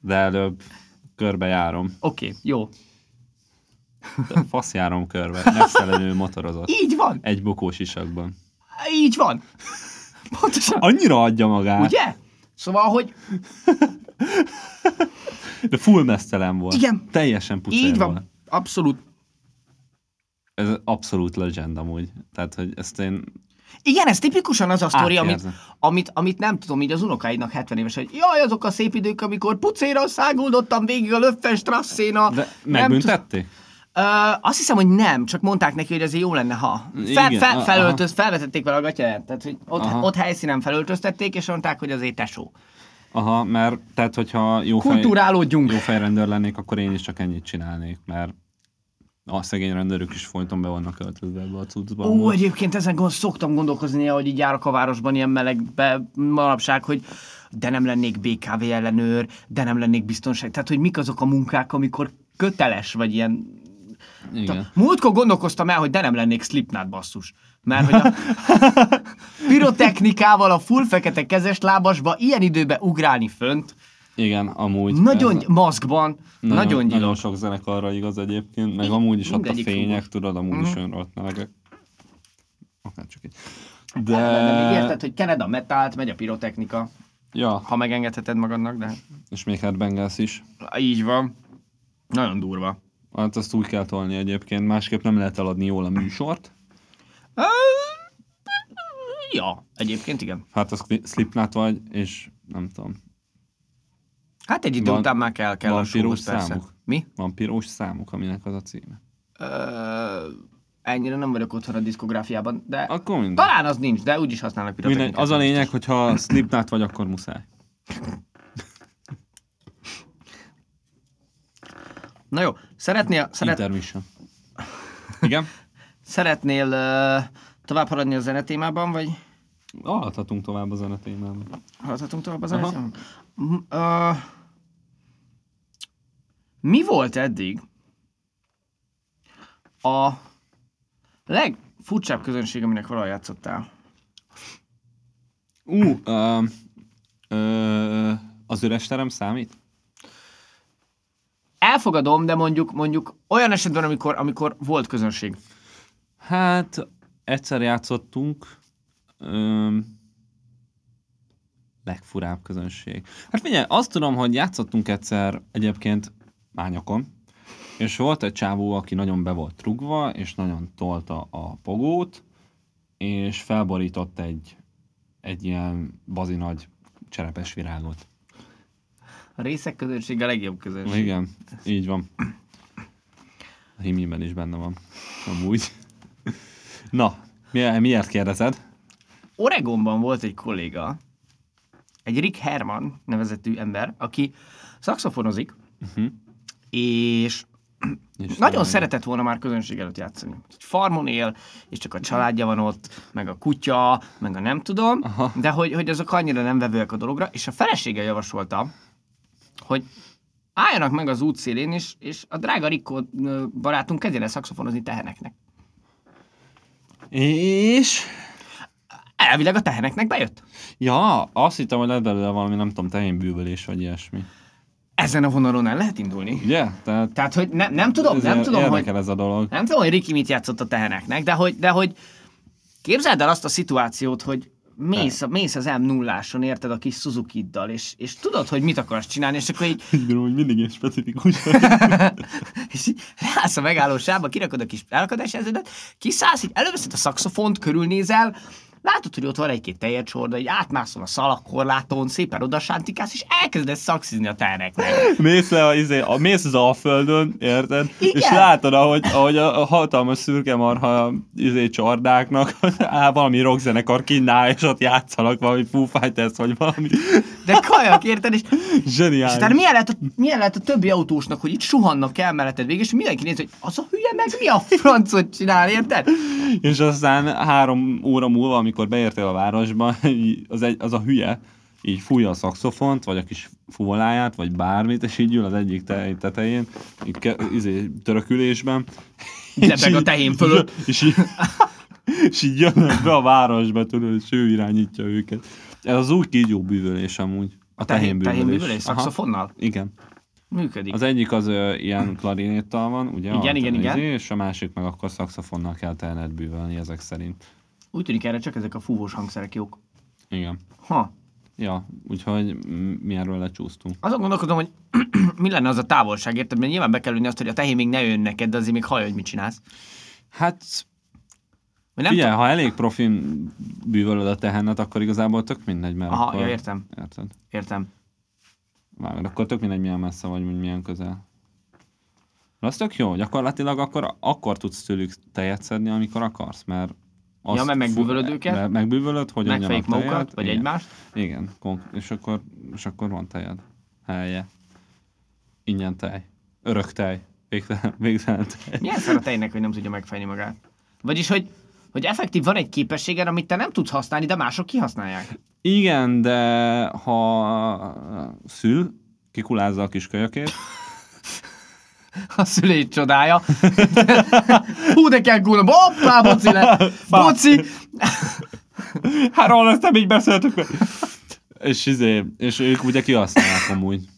[SPEAKER 1] de előbb körbe járom.
[SPEAKER 2] Oké, okay, jó.
[SPEAKER 1] De Fasz járom körbe, messzelenül motorozott.
[SPEAKER 2] Így van,
[SPEAKER 1] Egy bukós isakban.
[SPEAKER 2] így van. Pontosan.
[SPEAKER 1] Annyira adja magát.
[SPEAKER 2] Ugye? Szóval, hogy
[SPEAKER 1] De full mesztelen volt.
[SPEAKER 2] Igen.
[SPEAKER 1] Teljesen pucér
[SPEAKER 2] így
[SPEAKER 1] volt.
[SPEAKER 2] van, abszolút.
[SPEAKER 1] Ez abszolút legend amúgy. Tehát, hogy ezt én...
[SPEAKER 2] Igen, ez tipikusan az a sztori, amit,
[SPEAKER 1] Átérzem.
[SPEAKER 2] amit, amit nem tudom így az unokáidnak 70 éves, hogy jaj, azok a szép idők, amikor pucéra száguldottam végig a löffes trasszéna.
[SPEAKER 1] De megbüntették?
[SPEAKER 2] Ö, azt hiszem, hogy nem, csak mondták neki, hogy ezért jó lenne, ha. Fel,
[SPEAKER 1] Igen,
[SPEAKER 2] fel,
[SPEAKER 1] a-
[SPEAKER 2] felöltöz, felvetették vele a gatyáját, tehát hogy ott,
[SPEAKER 1] Aha.
[SPEAKER 2] ott helyszínen felöltöztették, és mondták, hogy azért tesó.
[SPEAKER 1] Aha, mert tehát, hogyha jó
[SPEAKER 2] Kulturálódjunk.
[SPEAKER 1] fej, jó fejrendőr lennék, akkor én is csak ennyit csinálnék, mert a szegény rendőrök is folyton be vannak öltözve ebbe a cuccba.
[SPEAKER 2] Ó,
[SPEAKER 1] amúgy.
[SPEAKER 2] egyébként ezen gond, szoktam gondolkozni, néha, hogy így járok a városban ilyen melegbe manapság, hogy de nem lennék BKV ellenőr, de nem lennék biztonság. Tehát, hogy mik azok a munkák, amikor köteles, vagy ilyen...
[SPEAKER 1] Igen.
[SPEAKER 2] Múltkor gondolkoztam el, hogy de nem lennék Slipknot basszus. Mert hogy a pirotechnikával a full fekete kezes lábasba ilyen időbe ugrálni fönt,
[SPEAKER 1] Igen, amúgy.
[SPEAKER 2] nagyon
[SPEAKER 1] Ez-
[SPEAKER 2] maszkban, nagyon, nagyon
[SPEAKER 1] nagyon sok zenekarra igaz egyébként, meg amúgy is ott a
[SPEAKER 2] mindegyik Mhm.
[SPEAKER 1] fények,
[SPEAKER 2] fúgós.
[SPEAKER 1] tudod, amúgy is önrottna meg. Akár csak így.
[SPEAKER 2] Hát
[SPEAKER 1] De...
[SPEAKER 2] De... Még érted, hogy kened a metált, megy a pirotechnika,
[SPEAKER 1] Ja,
[SPEAKER 2] ha megengedheted magadnak, de
[SPEAKER 1] és még hát Bengals is.
[SPEAKER 2] így van. Nagyon durva.
[SPEAKER 1] Hát azt úgy kell tolni egyébként, másképp nem lehet eladni jól a műsort.
[SPEAKER 2] Ö, Ja, egyébként igen.
[SPEAKER 1] Hát az Slipknot vagy, és nem tudom,
[SPEAKER 2] Hát egy idő
[SPEAKER 1] Van-
[SPEAKER 2] után már kell, kell
[SPEAKER 1] van
[SPEAKER 2] a
[SPEAKER 1] pirós
[SPEAKER 2] showhoz, persze.
[SPEAKER 1] számuk?
[SPEAKER 2] Mi?
[SPEAKER 1] van piros számuk, aminek az a címe.
[SPEAKER 2] Ö, ennyire nem vagyok otthon a diszkográfiában, de
[SPEAKER 1] Akkor mindegy.
[SPEAKER 2] talán az nincs, de úgyis használnak
[SPEAKER 1] Mindegy,
[SPEAKER 2] pirotechnikát.
[SPEAKER 1] az a lényeg, hogyha Slipknot vagy, akkor muszáj.
[SPEAKER 2] Na jó, szeretnél, szeret,
[SPEAKER 1] Intermission. Igen?
[SPEAKER 2] szeretnél ö, tovább haladni a zenetémában, vagy
[SPEAKER 1] Alhathatunk tovább a zene témában.
[SPEAKER 2] haladhatunk tovább a
[SPEAKER 1] Aha.
[SPEAKER 2] zenetémában? M- ö, Mi volt eddig a legfurcsább közönség, aminek valaha játszottál?
[SPEAKER 1] Ú, ö, ö, az üres terem számít?
[SPEAKER 2] Elfogadom, de mondjuk, mondjuk olyan esetben, amikor, amikor volt közönség.
[SPEAKER 1] Hát, egyszer játszottunk. Ö, legfurább közönség. Hát figyelj, azt tudom, hogy játszottunk egyszer egyébként mányokon, és volt egy csávó, aki nagyon be volt rugva, és nagyon tolta a pogót, és felborított egy, egy ilyen bazi nagy cserepes virágot.
[SPEAKER 2] A részek közönség a legjobb közönség.
[SPEAKER 1] Igen, így van. A himében is benne van. Amúgy. Na, mi- miért kérdezed?
[SPEAKER 2] Oregonban volt egy kolléga, egy Rick Herman nevezetű ember, aki szaxofonozik,
[SPEAKER 1] Uh-huh.
[SPEAKER 2] és
[SPEAKER 1] És
[SPEAKER 2] nagyon szeretett volna már közönség előtt játszani. Egy farmon él, és csak a családja van ott, meg a kutya, meg a nem tudom,
[SPEAKER 1] Aha.
[SPEAKER 2] de hogy, hogy azok annyira nem vevőek a dologra, és a felesége javasolta, hogy álljanak meg az útszélén, és, és a drága Rikko ö, barátunk kezdjen el szakszofonozni teheneknek.
[SPEAKER 1] És?
[SPEAKER 2] Elvileg a teheneknek bejött.
[SPEAKER 1] Ja, azt hittem, hogy lett belőle valami, nem tudom, tehénbűvölés vagy ilyesmi.
[SPEAKER 2] Ezen a vonalon el lehet indulni.
[SPEAKER 1] Ugye? Tehát
[SPEAKER 2] Tehát, hogy ne, nem tudom, nem
[SPEAKER 1] ezért
[SPEAKER 2] tudom, hogy,
[SPEAKER 1] érdekel ez a dolog.
[SPEAKER 2] Nem tudom, hogy Riki mit játszott a teheneknek, de hogy, de hogy képzeld el azt a szituációt, hogy mész, mész az m 0 érted, a kis suzuki és, és tudod, hogy mit akarsz csinálni, és akkor így,
[SPEAKER 1] Így gondolom, hogy mindig ilyen specifikus.
[SPEAKER 2] és így leállsz a megálló sávba, kirakod a kis elakadás ezredet, kiszállsz, így előveszed a szakszofont, körülnézel, látod, hogy ott van egy-két tejecsorda, így átmászol a szalakkorláton, szépen oda sántikálsz, és elkezdesz szakszizni a teheneknek.
[SPEAKER 1] mész le a, izé, a, mész az Alföldön, érted?
[SPEAKER 2] Igen.
[SPEAKER 1] És látod, ahogy, ahogy a, a hatalmas szürke marha izé, csordáknak á, valami rockzenekar kínál, és ott játszanak valami Foo Fighters, vagy valami
[SPEAKER 2] De kajak, érted? És És utána
[SPEAKER 1] zseniális.
[SPEAKER 2] milyen lehet, a, milyen lehet a többi autósnak, hogy itt suhannak el melletted végig, és mindenki néz, hogy az a hülye meg mi a francot csinál, érted?
[SPEAKER 1] És aztán három óra múlva, amikor beértél a városba, így az, egy, az a hülye így fújja a szakszofont, vagy a kis fuvoláját, vagy bármit, és így ül az egyik te- tetején, így ke- izé, törökülésben.
[SPEAKER 2] Lebeg
[SPEAKER 1] És így-
[SPEAKER 2] a tehén fölött.
[SPEAKER 1] És így, és így jönnek be a városba, tudod, és ő irányítja őket. Ez az új kígyó bűvölés amúgy. A tehén bűvölés.
[SPEAKER 2] Tehénbűvölés,
[SPEAKER 1] Aha,
[SPEAKER 2] szakszofonnal?
[SPEAKER 1] Igen.
[SPEAKER 2] Működik.
[SPEAKER 1] Az egyik az ö, ilyen klarinéttal van, ugye?
[SPEAKER 2] Igen,
[SPEAKER 1] A-
[SPEAKER 2] igen, igen.
[SPEAKER 1] És a másik meg akkor szakszofonnal kell tehenet bűvölni ezek szerint.
[SPEAKER 2] Úgy tűnik erre csak ezek a fúvós hangszerek jók.
[SPEAKER 1] Igen.
[SPEAKER 2] Ha.
[SPEAKER 1] Ja, úgyhogy m- mi erről lecsúsztunk.
[SPEAKER 2] Azon gondolkodom, hogy mi lenne az a távolság, érted? Mert nyilván be kell ülni azt, hogy a tehé még ne jön neked, de azért még hallja, hogy mit csinálsz.
[SPEAKER 1] Hát nem
[SPEAKER 2] Vagy nem
[SPEAKER 1] figyelj, ha elég profin bűvölöd a tehenet, akkor igazából tök mindegy, mert
[SPEAKER 2] Aha,
[SPEAKER 1] akkor...
[SPEAKER 2] ja, értem.
[SPEAKER 1] Érted?
[SPEAKER 2] t- Értem.
[SPEAKER 1] Vágod, akkor tök mindegy, milyen messze vagy, vagy milyen közel. De az tök jó, gyakorlatilag akkor, akkor tudsz tőlük tejet szedni, amikor akarsz, mert azt
[SPEAKER 2] mert megbűvölöd
[SPEAKER 1] fu-
[SPEAKER 2] őket,
[SPEAKER 1] me- Megbűvölöd, hogy
[SPEAKER 2] Megfejik
[SPEAKER 1] adjanak tejet,
[SPEAKER 2] magukat, vagy
[SPEAKER 1] igen.
[SPEAKER 2] egymást.
[SPEAKER 1] Igen, kon- és akkor, és akkor van tejed. Helye. Ingyen tej. Örök tej. Végtelen, végtelen tej.
[SPEAKER 2] Milyen szar a tejnek, hogy nem tudja megfejni magát? Vagyis, hogy, hogy effektív van egy képességed, amit te nem tudsz használni, de mások kihasználják.
[SPEAKER 1] Igen, de ha szül, kikulázza a kis kölyökét,
[SPEAKER 2] A szülei csodája. Hú, de kell gúlom. Hoppá, boci le. Boci.
[SPEAKER 1] Hát róla ezt nem így beszéltük. és, izé, és ők ugye kihasználják amúgy.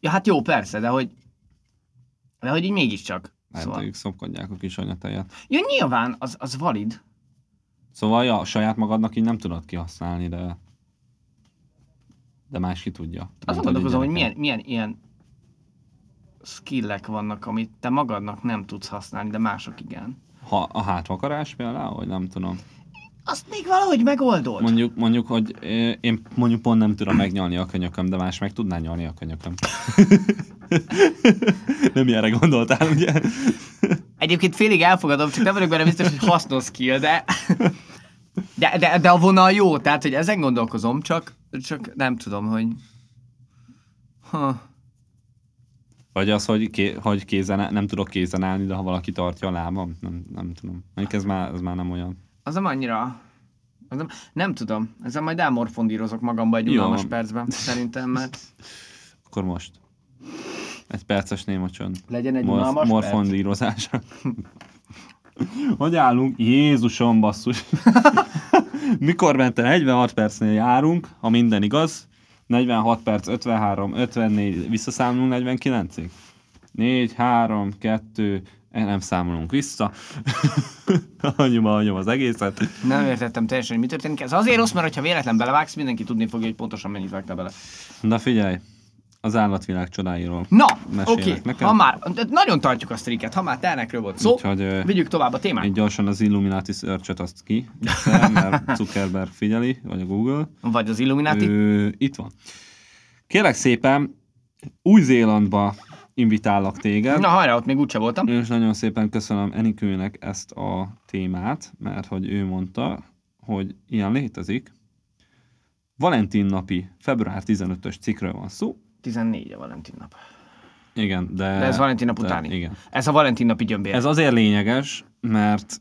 [SPEAKER 2] Ja, hát jó, persze, de hogy... De hogy így mégiscsak.
[SPEAKER 1] Hát
[SPEAKER 2] Szóval.
[SPEAKER 1] ők szopkodják a kis anyatejet.
[SPEAKER 2] Jó, nyilván, az, az valid.
[SPEAKER 1] Szóval ja, saját magadnak így nem tudod kihasználni, de de más ki tudja. Nem
[SPEAKER 2] Azon
[SPEAKER 1] tudja
[SPEAKER 2] gondolkozom, hogy milyen,
[SPEAKER 1] gyerekek.
[SPEAKER 2] milyen ilyen skillek vannak, amit te magadnak nem tudsz használni, de mások igen.
[SPEAKER 1] Ha a hátvakarás például, vagy nem tudom.
[SPEAKER 2] Azt még valahogy megoldod.
[SPEAKER 1] Mondjuk, mondjuk, hogy ö, én mondjuk pont nem tudom megnyalni a könyököm, de más meg tudná nyalni a könyököm. nem ilyenre gondoltál, ugye?
[SPEAKER 2] Egyébként félig elfogadom, csak nem vagyok benne biztos, hogy hasznos skill, de... De, de, de a vonal jó, tehát, hogy ezen gondolkozom, csak, csak nem tudom, hogy... Ha.
[SPEAKER 1] Vagy az, hogy, ké, hogy kézen, nem tudok kézen állni, de ha valaki tartja a lábam, nem, nem tudom. Mondjuk ez már, ez már nem olyan.
[SPEAKER 2] Az nem annyira... Az nem, nem tudom, ezzel majd elmorfondírozok magamba egy
[SPEAKER 1] Jó.
[SPEAKER 2] unalmas percben, szerintem, mert
[SPEAKER 1] Akkor most. Egy perces néma csönd.
[SPEAKER 2] legyen egy
[SPEAKER 1] Morf-
[SPEAKER 2] unalmas perc.
[SPEAKER 1] morfondírozásra. Hogy állunk? Jézusom, basszus. Mikor ment el? 46 percnél járunk, ha minden igaz. 46 perc, 53, 54, visszaszámolunk 49-ig? 4, 3, 2, eh, nem számolunk vissza. Anyuma, anyom az egészet.
[SPEAKER 2] Nem értettem teljesen, hogy mi történik. Ez azért rossz, mert ha véletlen belevágsz, mindenki tudni fogja, hogy pontosan mennyit vágtál bele.
[SPEAKER 1] Na figyelj, az állatvilág csodáiról.
[SPEAKER 2] Na,
[SPEAKER 1] Mesélek
[SPEAKER 2] oké, okay.
[SPEAKER 1] neked?
[SPEAKER 2] ha már, de nagyon tartjuk a streaket, ha már telnekről volt szó,
[SPEAKER 1] Úgyhogy, ö,
[SPEAKER 2] vigyük tovább a témát.
[SPEAKER 1] Én gyorsan az Illuminati szörcsöt azt ki, viszem, mert Zuckerberg figyeli, vagy a Google.
[SPEAKER 2] Vagy az Illuminati.
[SPEAKER 1] Ő, itt van. Kérlek szépen, Új-Zélandba invitállak téged,
[SPEAKER 2] Na hajrá, ott még úgyse voltam.
[SPEAKER 1] és nagyon szépen köszönöm Enikőnek ezt a témát, mert hogy ő mondta, hogy ilyen létezik. Valentin napi, február 15-ös cikkről van szó.
[SPEAKER 2] 14 a Valentin nap.
[SPEAKER 1] Igen, de...
[SPEAKER 2] De ez Valentin nap
[SPEAKER 1] de-
[SPEAKER 2] utáni.
[SPEAKER 1] Igen.
[SPEAKER 2] Ez a Valentin napi gyömbér.
[SPEAKER 1] Ez azért lényeges, mert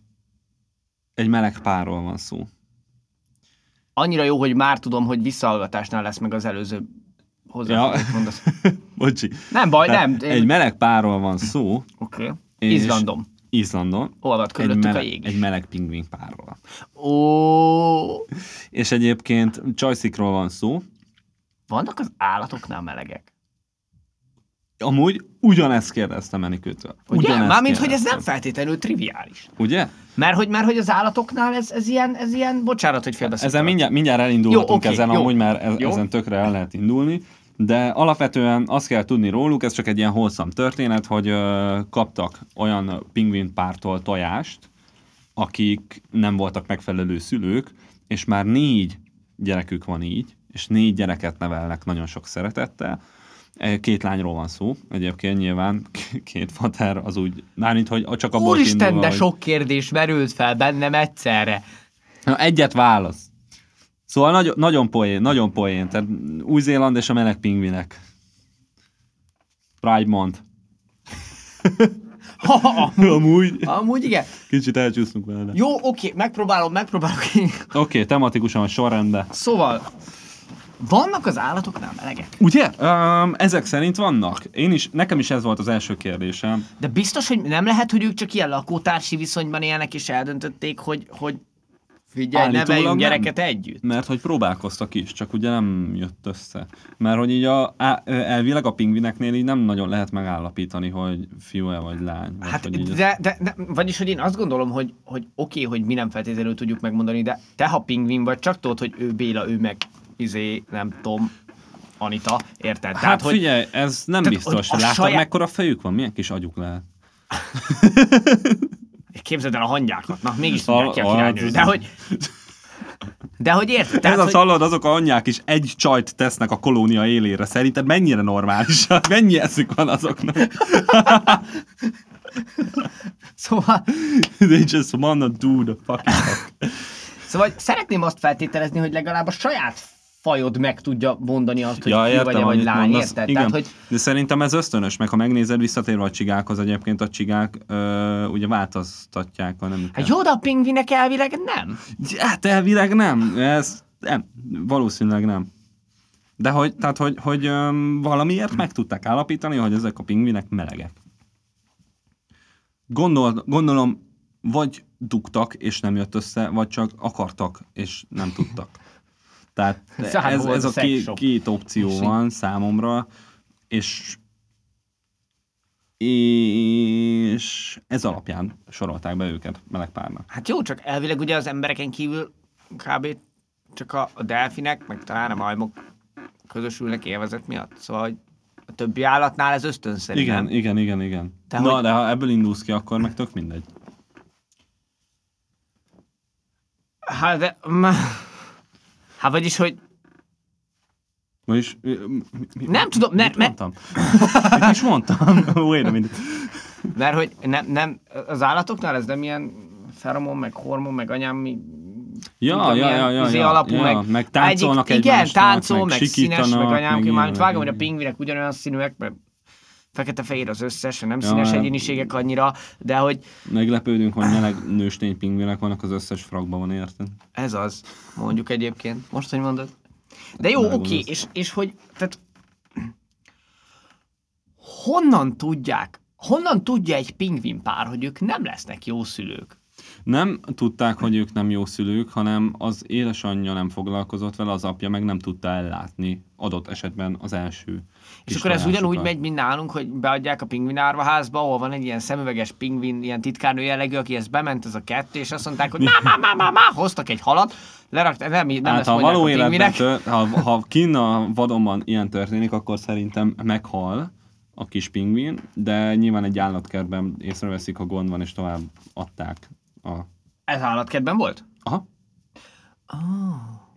[SPEAKER 1] egy meleg párról van szó.
[SPEAKER 2] Annyira jó, hogy már tudom, hogy visszahallgatásnál lesz meg az előző hozzá.
[SPEAKER 1] Ja.
[SPEAKER 2] mondasz.
[SPEAKER 1] Bocsi.
[SPEAKER 2] Nem baj, nem.
[SPEAKER 1] Tehát Egy
[SPEAKER 2] Én...
[SPEAKER 1] meleg párról van szó,
[SPEAKER 2] Oké.
[SPEAKER 1] És-
[SPEAKER 2] Izlandom.
[SPEAKER 1] Izlandon.
[SPEAKER 2] Olvad
[SPEAKER 1] Egy
[SPEAKER 2] körülöttük a
[SPEAKER 1] meleg,
[SPEAKER 2] jég.
[SPEAKER 1] egy meleg pingvin párról.
[SPEAKER 2] Ó,
[SPEAKER 1] És egyébként csajszikról van szó.
[SPEAKER 2] vannak az állatoknál melegek.
[SPEAKER 1] Amúgy ugyanezt kérdeztem Enikőtől.
[SPEAKER 2] Ugye?
[SPEAKER 1] Ugyanezt
[SPEAKER 2] Mármint, hogy ez nem
[SPEAKER 1] kérdeztem.
[SPEAKER 2] feltétlenül triviális.
[SPEAKER 1] Ugye?
[SPEAKER 2] Mert hogy, mert hogy az állatoknál ez, ez, ilyen, ez ilyen, bocsánat, hogy félbeszéltem.
[SPEAKER 1] Ezen mindjárt, mindjárt elindulhatunk
[SPEAKER 2] Jó, oké,
[SPEAKER 1] ezen,
[SPEAKER 2] jó.
[SPEAKER 1] amúgy már e-
[SPEAKER 2] Jó.
[SPEAKER 1] ezen tökre el lehet indulni. De alapvetően azt kell tudni róluk, ez csak egy ilyen holszam történet, hogy ö, kaptak olyan pingvin pártól tojást, akik nem voltak megfelelő szülők, és már négy gyerekük van így, és négy gyereket nevelnek nagyon sok szeretettel. E, Két lányról van szó, egyébként nyilván k- két fater az úgy, mármint, hogy csak abból
[SPEAKER 2] Úristen, de
[SPEAKER 1] hogy-
[SPEAKER 2] sok kérdés merült fel bennem egyszerre.
[SPEAKER 1] Na, egyet válasz. Szóval nagyon, nagyon poén, nagyon poén. Tehát Új-Zéland és a meleg pingvinek. Pride mond.
[SPEAKER 2] Ha, ha, ha.
[SPEAKER 1] Amúgy
[SPEAKER 2] Amúgy igen.
[SPEAKER 1] kicsit elcsúsztunk vele. Oké,
[SPEAKER 2] Jó, oké, megpróbálom, megpróbálok én.
[SPEAKER 1] okay, tematikusan a sorrendbe.
[SPEAKER 2] Szóval, vannak az állatoknál melegek,
[SPEAKER 1] Ugye? Um, ezek szerint vannak. Én is, nekem is ez volt az első kérdésem.
[SPEAKER 2] de biztos, hogy nem lehet, hogy ők csak ilyen lakótársi viszonyban élnek, és eldöntötték, hogy, hogy figyelj,
[SPEAKER 1] Állítólag
[SPEAKER 2] neveljünk
[SPEAKER 1] nem.
[SPEAKER 2] gyereket együtt.
[SPEAKER 1] Mert hogy próbálkoztak is, csak ugye nem jött össze. Mert hogy így a, á, ö, elvileg a pingvineknél így nem nagyon lehet megállapítani, hogy fiú-e vagy lány. Vagy
[SPEAKER 2] Hát,
[SPEAKER 1] hogy így
[SPEAKER 2] de, de, de, vagyis, hogy én azt gondolom, hogy, hogy oké, hogy mi nem feltétlenül tudjuk megmondani, de te, ha pingvin vagy, csak tudod, hogy ő Béla, ő meg izé, nem tudom, Anita, érted?
[SPEAKER 1] Hát Tehát, figyelj, ez nem
[SPEAKER 2] Tehát,
[SPEAKER 1] biztos.
[SPEAKER 2] hogy a
[SPEAKER 1] Láttad,
[SPEAKER 2] saját-
[SPEAKER 1] mekkora fejük van? Milyen kis agyuk lehet?
[SPEAKER 2] hogy képzeld el a hangyákat, na mégis
[SPEAKER 1] Al-
[SPEAKER 2] tudják ki a királynő,
[SPEAKER 1] al-
[SPEAKER 2] de hogy... De hogy érted?
[SPEAKER 1] Tehát,
[SPEAKER 2] Tehát,
[SPEAKER 1] ez a
[SPEAKER 2] hogy...
[SPEAKER 1] hallod, azok a anyák is egy csajt tesznek a kolónia élére. Szerinted mennyire normális? Mennyi eszük van azoknak?
[SPEAKER 2] Szóval,
[SPEAKER 1] They just wanna do the fucking fuck.
[SPEAKER 2] szóval szeretném azt feltételezni, hogy legalább a saját fajod meg tudja mondani azt, hogy ja, fiú vagy, vagy
[SPEAKER 1] amit
[SPEAKER 2] lány,
[SPEAKER 1] mondasz.
[SPEAKER 2] érted?
[SPEAKER 1] Igen.
[SPEAKER 2] Tehát, hogy
[SPEAKER 1] De szerintem ez ösztönös, meg ha megnézed visszatérve a csigákhoz, egyébként a csigák ö, ugye változtatják a nemüket.
[SPEAKER 2] Hát jó, de a pingvinek elvileg nem.
[SPEAKER 1] Hát elvileg nem. Ez nem. Valószínűleg nem. De hogy, tehát, hogy, hogy öm, valamiért meg tudták állapítani, hogy ezek a pingvinek melegek. Gondol, gondolom, vagy dugtak, és nem jött össze, vagy csak akartak, és nem tudtak. Tehát
[SPEAKER 2] Számomra
[SPEAKER 1] ez,
[SPEAKER 2] volt
[SPEAKER 1] ez
[SPEAKER 2] a
[SPEAKER 1] a két,
[SPEAKER 2] szex-shop.
[SPEAKER 1] két opció van számomra, és és ez alapján sorolták be őket meleg párnak.
[SPEAKER 2] Hát jó, csak elvileg ugye az embereken kívül kb. csak a, a delfinek, meg talán a majmok közösülnek élvezet miatt. Szóval hogy a többi állatnál ez ösztönszerű.
[SPEAKER 1] Igen,
[SPEAKER 2] nem?
[SPEAKER 1] igen, igen, igen.
[SPEAKER 2] De
[SPEAKER 1] De Na,
[SPEAKER 2] hogy-
[SPEAKER 1] de ha ebből indulsz ki, akkor meg tök mindegy.
[SPEAKER 2] Hát de... m- Hát vagyis, hogy
[SPEAKER 1] Vagyis... ö, mi- mi-
[SPEAKER 2] nem tudom, ne,
[SPEAKER 1] mit
[SPEAKER 2] mert,
[SPEAKER 1] mondtam? Mit is mondtam? Wait a minute.
[SPEAKER 2] mert hogy nem, nem, az állatoknál ez nem ilyen feromon, meg hormon, meg anyám, mi,
[SPEAKER 1] Ja, ja,
[SPEAKER 2] tudom,
[SPEAKER 1] ja,
[SPEAKER 2] ilyen
[SPEAKER 1] ja, ja,
[SPEAKER 2] izé
[SPEAKER 1] ja,
[SPEAKER 2] alapú, meg,
[SPEAKER 1] meg táncolnak
[SPEAKER 2] egyik, Igen,
[SPEAKER 1] egymásnak,
[SPEAKER 2] táncol, meg, színes, meg
[SPEAKER 1] sikítanak,
[SPEAKER 2] anyám, ki már
[SPEAKER 1] ilyenek,
[SPEAKER 2] vágom, hogy a
[SPEAKER 1] igen.
[SPEAKER 2] pingvinek ugyanolyan színűek, mert fekete-fehér az összes, nem
[SPEAKER 1] Ja,
[SPEAKER 2] színes
[SPEAKER 1] ja.
[SPEAKER 2] egyéniségek annyira, de hogy
[SPEAKER 1] Meglepődünk, hogy meleg nőstény pingvinek vannak az összes frakban, van érted?
[SPEAKER 2] ez az, mondjuk egyébként. Most, hogy mondod? De jó, oké,
[SPEAKER 1] Belegondolsz.
[SPEAKER 2] okay, és, és hogy, tehát honnan tudják, honnan tudja egy pingvin pár, hogy ők nem lesznek jó szülők?
[SPEAKER 1] Nem tudták, hogy ők nem jó szülők, hanem az édesanyja nem foglalkozott vele, az apja meg nem tudta ellátni adott esetben az első
[SPEAKER 2] És
[SPEAKER 1] kis
[SPEAKER 2] akkor ez ugyanúgy
[SPEAKER 1] tojásukat.
[SPEAKER 2] megy, mint nálunk, hogy beadják a pingvin árvaházba, ahol van egy ilyen szemüveges pingvin, ilyen titkárnő jellegű, aki ezt bement, ez a kettő, és azt mondták, hogy má, má, má, má, má, hoztak egy halat, lerakták, nem, nem
[SPEAKER 1] Hát
[SPEAKER 2] ezt
[SPEAKER 1] ha
[SPEAKER 2] mondják
[SPEAKER 1] való
[SPEAKER 2] a
[SPEAKER 1] életben,
[SPEAKER 2] pingvinek.
[SPEAKER 1] tör, ha, ha kinn a vadonban ilyen történik, akkor szerintem meghal a kis pingvin, de nyilván egy állatkertben észreveszik, ha gond van, és tovább adták a...
[SPEAKER 2] Ez állatkedben volt?
[SPEAKER 1] Aha.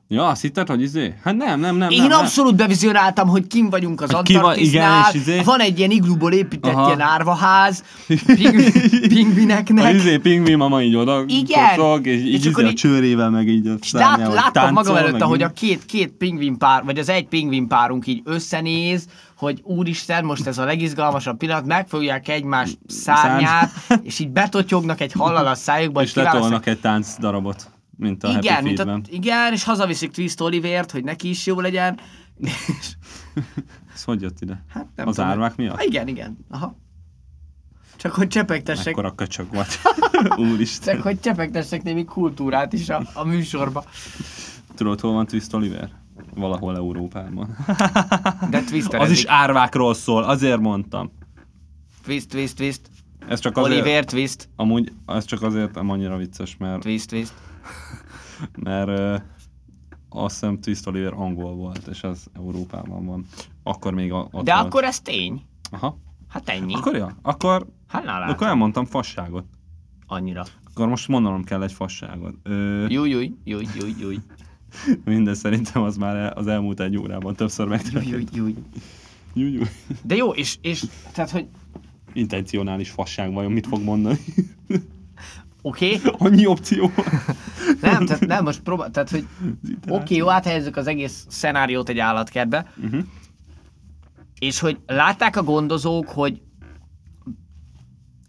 [SPEAKER 1] Ja, azt hitted, hogy izé? Hát nem, nem, nem.
[SPEAKER 2] Ah. Én
[SPEAKER 1] nem, nem.
[SPEAKER 2] abszolút bevizionáltam, hogy kim vagyunk az
[SPEAKER 1] Hogy ki van-
[SPEAKER 2] Antarktisznál,
[SPEAKER 1] igen, és izé-
[SPEAKER 2] van egy ilyen igluból épített
[SPEAKER 1] Aha.
[SPEAKER 2] ilyen árvaház, pingvin,
[SPEAKER 1] A
[SPEAKER 2] pingvineknek,
[SPEAKER 1] izé pingvin mama így oda
[SPEAKER 2] Igen.
[SPEAKER 1] kocog, és így,
[SPEAKER 2] És
[SPEAKER 1] és
[SPEAKER 2] akkor
[SPEAKER 1] izé a
[SPEAKER 2] így-
[SPEAKER 1] csőrével, meg így a
[SPEAKER 2] És lát,
[SPEAKER 1] szárnyával
[SPEAKER 2] hát láttam magam
[SPEAKER 1] táncol,
[SPEAKER 2] előtt,
[SPEAKER 1] meg
[SPEAKER 2] ahogy a
[SPEAKER 1] minden.
[SPEAKER 2] két, két pingvin pár, vagy az egy pingvin párunk így összenéz, hogy úristen, most ez a legizgalmasabb pillanat, megfogják egymás szárnyát, és így betotyognak egy hallal a szájukba,
[SPEAKER 1] És letolnak egy tánc darabot, mint a
[SPEAKER 2] igen,
[SPEAKER 1] Happy
[SPEAKER 2] mint
[SPEAKER 1] Feet-ben.
[SPEAKER 2] a, igen, és hazaviszik Twist Olivért, hogy neki is jó legyen. És,
[SPEAKER 1] Ez hogy jött ide?
[SPEAKER 2] hát nem
[SPEAKER 1] Az
[SPEAKER 2] tudom.
[SPEAKER 1] árvák miatt?
[SPEAKER 2] Ah, Igen, igen. Aha. Csak hogy csepegtessek,
[SPEAKER 1] Mekkora köcsög vagy. Úristen.
[SPEAKER 2] csak hogy csepegtessek némi kultúrát is a, a műsorba.
[SPEAKER 1] Tudod, hol van Twist Oliver? Valahol Európában.
[SPEAKER 2] De Twister
[SPEAKER 1] Az is árvákról szól, azért mondtam.
[SPEAKER 2] Twist, twist, twist.
[SPEAKER 1] Ez csak azért,
[SPEAKER 2] Oliver, twist,
[SPEAKER 1] amúgy ez csak azért nem annyira vicces, mert,
[SPEAKER 2] twist, twist.
[SPEAKER 1] mert ö, azt hiszem Twist Oliver angol volt, és az Európában van. Akkor még a, ott
[SPEAKER 2] De
[SPEAKER 1] volt.
[SPEAKER 2] akkor ez tény.
[SPEAKER 1] Aha.
[SPEAKER 2] Hát ennyi. Akkor...
[SPEAKER 1] Akkor ja, akkor,
[SPEAKER 2] Hát nálad.
[SPEAKER 1] akkor elmondtam fasságot.
[SPEAKER 2] Annyira.
[SPEAKER 1] Akkor most mondanom kell egy fasságot. Ö,
[SPEAKER 2] Júj, júj, júj, júj, júj.
[SPEAKER 1] minden szerintem az már el- az elmúlt egy órában többször
[SPEAKER 2] Júj, júj,
[SPEAKER 1] megtörtént.
[SPEAKER 2] júj.
[SPEAKER 1] Jú, jú.
[SPEAKER 2] De jó, és, és tehát, hogy
[SPEAKER 1] Intencionális fasság vajon mit fog mondani?
[SPEAKER 2] oké, okay,
[SPEAKER 1] Annyi opció van.
[SPEAKER 2] nem, tehát nem, most próbál, tehát, hogy oké, okay, jó, áthelyezzük az egész szenáriót egy állatkertbe,
[SPEAKER 1] Mhm.
[SPEAKER 2] és hogy látták a gondozók, hogy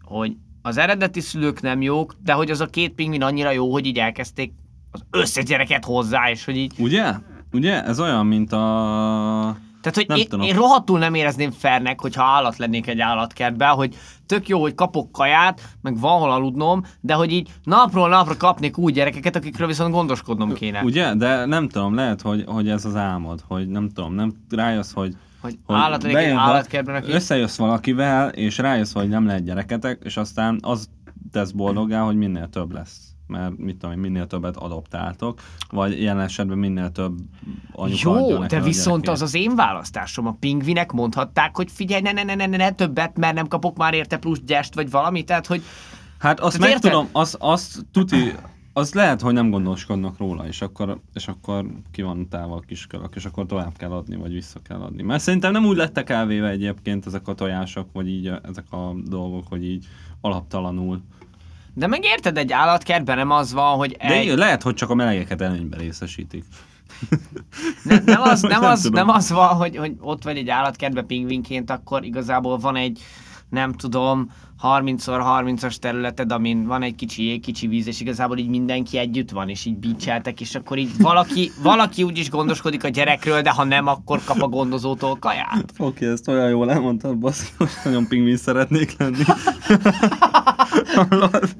[SPEAKER 2] hogy az eredeti szülők nem jók, de hogy az a két pingvin annyira jó, hogy így elkezdték az összes gyereket hozzá, és hogy így
[SPEAKER 1] Ugye? Ugye? Ez olyan, mint a...
[SPEAKER 2] Tehát, hogy
[SPEAKER 1] Nem
[SPEAKER 2] én,
[SPEAKER 1] tudom.
[SPEAKER 2] én rohadtul nem érezném fernek, hogyha állat lennék egy állatkertben, hogy tök jó, hogy kapok kaját, meg van hol aludnom, de hogy így napról napra kapnék új gyerekeket, akikről viszont gondoskodnom kéne. Úgy,
[SPEAKER 1] Ugye? De nem tudom, lehet, hogy, hogy ez az álmod, hogy nem tudom, nem rájössz, hogy...
[SPEAKER 2] hogy,
[SPEAKER 1] hogy
[SPEAKER 2] állat lennék egy
[SPEAKER 1] bejön val-
[SPEAKER 2] állatkertben, aki...
[SPEAKER 1] Összejössz valakivel, és rájössz, hogy nem lehet gyereketek, és aztán az tesz boldogá, hogy minél több lesz. mert mit tudom én, minél többet adoptáltok, vagy jelen esetben minél több anyuka adja
[SPEAKER 2] Jó,
[SPEAKER 1] neked
[SPEAKER 2] de
[SPEAKER 1] a
[SPEAKER 2] viszont
[SPEAKER 1] gyerekét.
[SPEAKER 2] az az én választásom. A pingvinek mondhatták, hogy figyelj, ne, ne, ne, ne, ne, ne többet, mert nem kapok már érte plusz gyest, vagy valami, tehát hogy
[SPEAKER 1] Hát azt
[SPEAKER 2] Tehát
[SPEAKER 1] meg
[SPEAKER 2] érted?
[SPEAKER 1] tudom, azt, azt tuti, az lehet, hogy nem gondoskodnak róla, és akkor, és akkor ki van tálva a kiskörök, és akkor tovább kell adni, vagy vissza kell adni. Mert szerintem nem úgy lettek elvéve egyébként ezek a tojások, vagy így ö, ezek a dolgok, hogy így alaptalanul.
[SPEAKER 2] de megérted, egy állatkertben nem az van, hogy
[SPEAKER 1] De
[SPEAKER 2] egy,
[SPEAKER 1] így lehet, hogy csak a melegeket előnyben részesítik.
[SPEAKER 2] Ne, nem, az, nem,
[SPEAKER 1] Nem
[SPEAKER 2] az,
[SPEAKER 1] tudom.
[SPEAKER 2] nem az van, hogy, hogy ott vagy egy állatkertbe pingvinként, akkor igazából van egy, nem tudom, 30x30-as területed, amin van egy kicsi jég, kicsi víz, és igazából így mindenki együtt van, és így bícseltek, és akkor így valaki, valaki úgyis gondoskodik a gyerekről, de ha nem, akkor kap a gondozótól kaját.
[SPEAKER 1] Oké, okay, ezt olyan jól elmondtad, baszki, most nagyon pingvin szeretnék lenni. Hallod?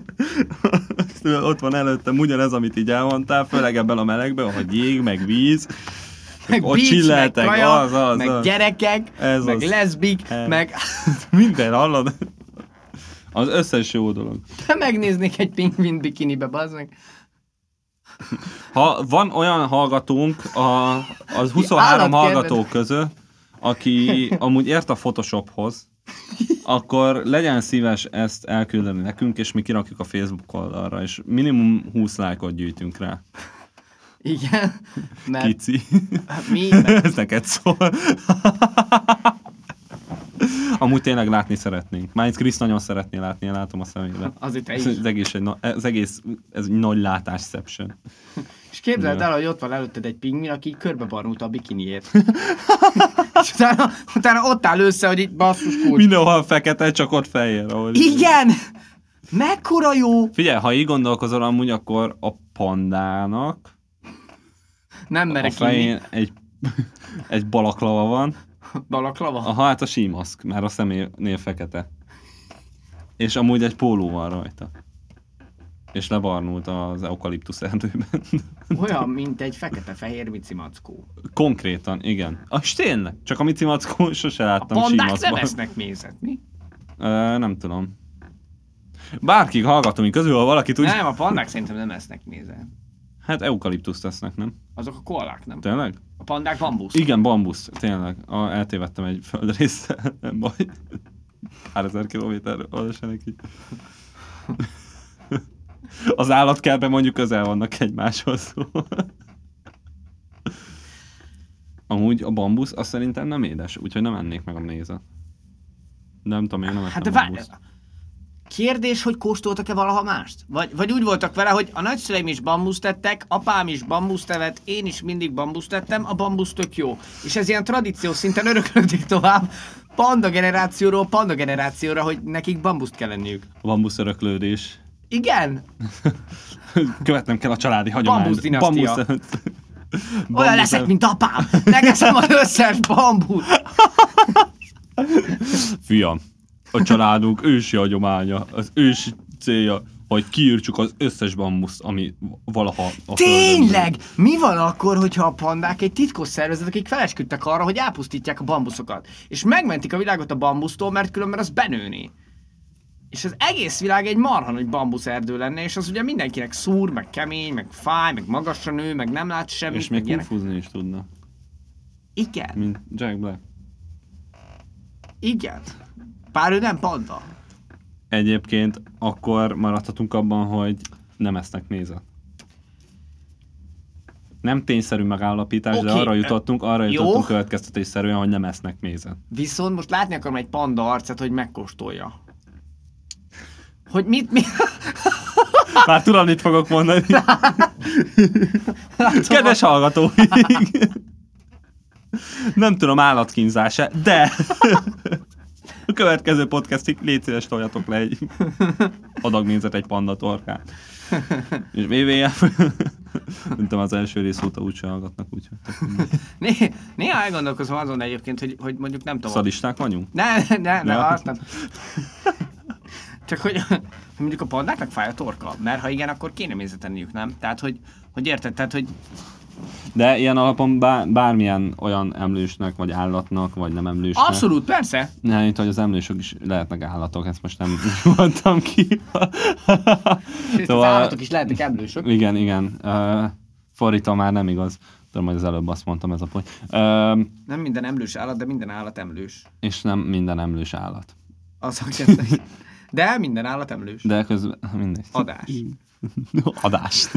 [SPEAKER 1] Ott van előttem ugyanez, amit így elmondtál, főleg ebben a melegben, hogy jég, meg víz.
[SPEAKER 2] Meg
[SPEAKER 1] Ott
[SPEAKER 2] bícs, meg
[SPEAKER 1] csilleltek,
[SPEAKER 2] kaja,
[SPEAKER 1] az, az,
[SPEAKER 2] meg
[SPEAKER 1] az.
[SPEAKER 2] gyerekek,
[SPEAKER 1] Ez
[SPEAKER 2] meg
[SPEAKER 1] az.
[SPEAKER 2] leszbik,
[SPEAKER 1] Ez.
[SPEAKER 2] meg
[SPEAKER 1] Minden, hallod? Az összes jó dolog.
[SPEAKER 2] megnéznék egy pingvin bikinibe, bazd meg.
[SPEAKER 1] Ha van olyan hallgatónk a, az 23
[SPEAKER 2] állatkertben-
[SPEAKER 1] hallgató közül, aki amúgy ért a Photoshophoz, akkor legyen szíves ezt elküldeni nekünk, és mi kirakjuk a Facebook oldalra, és minimum 20 lájkot gyűjtünk rá.
[SPEAKER 2] Igen, mert
[SPEAKER 1] Kici.
[SPEAKER 2] mi,
[SPEAKER 1] Ez neked szól. Amúgy tényleg látni szeretnénk. Már Krisz nagyon szeretné látni, én látom a szemébe.
[SPEAKER 2] Azért te
[SPEAKER 1] Ez,
[SPEAKER 2] is.
[SPEAKER 1] az egész egy, na- ez egész ez egy nagy látásception.
[SPEAKER 2] És képzeld
[SPEAKER 1] Ja.
[SPEAKER 2] el, hogy ott van előtted egy pingvin, aki így körbebarnult a bikiniért. és utána, utána ott áll össze, hogy így basszus kulcs.
[SPEAKER 1] Mindenhol fekete, csak ott fehér. Ahol
[SPEAKER 2] Igen! Mekkora jó!
[SPEAKER 1] Figyelj, ha így gondolkozol amúgy, akkor a pandának
[SPEAKER 2] Nem
[SPEAKER 1] a
[SPEAKER 2] merek inni.
[SPEAKER 1] fején egy, egy balaklava van,
[SPEAKER 2] Balaklava.
[SPEAKER 1] a hát a símaszk, már a szeménél fekete. És amúgy egy póló van rajta. És lebarnult az eukaliptusz erdőben.
[SPEAKER 2] Olyan, mint egy fekete-fehér micimackó.
[SPEAKER 1] Konkrétan, igen. És tényleg, csak a Mici Mackó sose
[SPEAKER 2] A
[SPEAKER 1] láttam
[SPEAKER 2] pandák nem
[SPEAKER 1] símaszkban.
[SPEAKER 2] esznek mézet, mi?
[SPEAKER 1] Ö, nem tudom. Bárki hallgatóink közül, ha valaki tudja.
[SPEAKER 2] Nem, a pandák szerintem nem esznek mézet.
[SPEAKER 1] Hát eukaliptuszt tesznek, nem?
[SPEAKER 2] Azok a koalák nem.
[SPEAKER 1] Tényleg?
[SPEAKER 2] A pandák bambusz.
[SPEAKER 1] Igen, bambusz, tényleg. A, eltévedtem egy földrészt, nem baj. Pár ezer kilométer oda se neki. Az állatkertben mondjuk közel vannak egymáshoz. szóval. Amúgy a bambusz azt szerintem nem édes, úgyhogy nem ennék meg a mézet. Nem tudom, én nem
[SPEAKER 2] Hát
[SPEAKER 1] ettem
[SPEAKER 2] de
[SPEAKER 1] hát,
[SPEAKER 2] várj,
[SPEAKER 1] bambuszt.
[SPEAKER 2] Kérdés, hogy kóstoltak-e valaha mást? Vagy, vagy úgy voltak vele, hogy a nagyszüleim is bambuszt tettek, apám is bambuszt evett, én is mindig bambuszt tettem, a bambusz tök jó. És ez ilyen tradíció szinten öröklődik tovább, panda generációról panda generációra, hogy nekik bambuszt kell lenniük.
[SPEAKER 1] A bambusz öröklődés.
[SPEAKER 2] Igen,
[SPEAKER 1] Követnem kell a családi hagyományt.
[SPEAKER 2] Bambusz dinasztia.
[SPEAKER 1] Bambusz...
[SPEAKER 2] olyan leszek, mint apám. Megeszem az összes bambuszt.
[SPEAKER 1] Fiam, a családunk ősi hagyománya, az ősi célja, hogy kiírtsuk az összes bambuszt, ami valaha a földön
[SPEAKER 2] Tényleg? Mi van akkor, hogyha a pandák egy titkos szervezet, akik felesküdtek arra, hogy elpusztítják a bambuszokat? És megmentik a világot a bambusztól, mert különben az benőni. És az egész világ egy marha nagy bambuszerdő lenne, és az ugye mindenkinek szúr, meg kemény, meg fáj, meg magasra nő, meg nem lát
[SPEAKER 1] van.
[SPEAKER 2] semmit.
[SPEAKER 1] És még
[SPEAKER 2] meg ilyenek.
[SPEAKER 1] konfúzni is tudna,
[SPEAKER 2] Igen,
[SPEAKER 1] mint Jack Black.
[SPEAKER 2] igen. Bár ő nem panda.
[SPEAKER 1] Egyébként akkor maradhatunk abban, hogy nem esznek mézet. Nem tényszerű megállapítás, okay. de
[SPEAKER 2] Oké,
[SPEAKER 1] arra
[SPEAKER 2] ö,
[SPEAKER 1] jutottunk, arra
[SPEAKER 2] jó.
[SPEAKER 1] jutottunk következtetésszerűen, hogy nem esznek mézet.
[SPEAKER 2] Viszont most látni akarom egy panda arcát, hogy megkóstolja. Hogy mit, mi?
[SPEAKER 1] Már tudom, mit fogok mondani.
[SPEAKER 3] Szóval-
[SPEAKER 1] Kedves hallgató! Nem tudom állatkínzása, de a következő podcastig légy szíves toljatok le egy adag mézet egy panda torkát. És WWF. Nem tudom, az első rész óta úgy sem hallgatnak, úgyhogy.
[SPEAKER 2] Né- Néha elgondolkozom azon egyébként, hogy, hogy mondjuk nem tudom,
[SPEAKER 1] Szadisták vagyunk?
[SPEAKER 2] Ne, ne, ne,
[SPEAKER 1] Ja.
[SPEAKER 2] azt nem. Csak hogy mondjuk a pandáknak fáj a torka, mert ha igen, akkor kéne mézetenniük, nem? Tehát, hogy, hogy érted, tehát, hogy
[SPEAKER 1] De ilyen alapon bár, bármilyen olyan emlősnek, vagy állatnak, vagy nem emlősnek.
[SPEAKER 2] Abszolút, persze.
[SPEAKER 1] Nem, mint hogy az emlősök is lehetnek állatok, ezt most nem mondtam ki. Szóval-
[SPEAKER 3] Sőt, az állatok is lehetnek emlősök.
[SPEAKER 1] Igen, igen. Uh, fordítom már nem igaz. Tudom, hogy az előbb azt mondtam, ez a pont. Uh,
[SPEAKER 2] Nem minden emlős állat, de minden állat emlős.
[SPEAKER 1] és nem minden emlős állat.
[SPEAKER 2] Az, hogy ezt- De minden állat emlős.
[SPEAKER 1] De közben mindegy.
[SPEAKER 2] Adás.
[SPEAKER 1] Adás.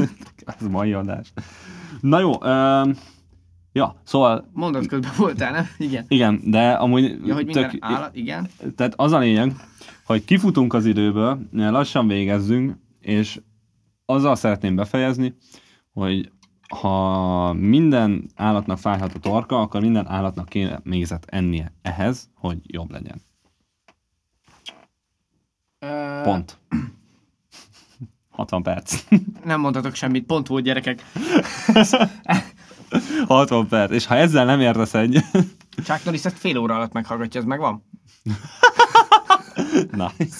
[SPEAKER 1] Ez mai adás. Na jó, uh, ja, szóval
[SPEAKER 2] Mondat közben voltál, nem? Igen.
[SPEAKER 1] igen, de amúgy
[SPEAKER 2] Ja, hogy minden
[SPEAKER 1] tök,
[SPEAKER 2] állat, igen.
[SPEAKER 1] tehát az a lényeg, hogy kifutunk az időből, lassan végezzünk, és azzal szeretném befejezni, hogy ha minden állatnak fájhat a torka, akkor minden állatnak kéne mézet ennie ehhez, hogy jobb legyen.
[SPEAKER 2] Ö,
[SPEAKER 1] Pont. 60 perc.
[SPEAKER 2] Nem mondhatok semmit, pont volt gyerekek.
[SPEAKER 1] 60 perc. És ha ezzel nem értesz egy...
[SPEAKER 2] Chuck Norris ezt fél óra alatt meghallgatja, ez megvan?
[SPEAKER 1] Nice.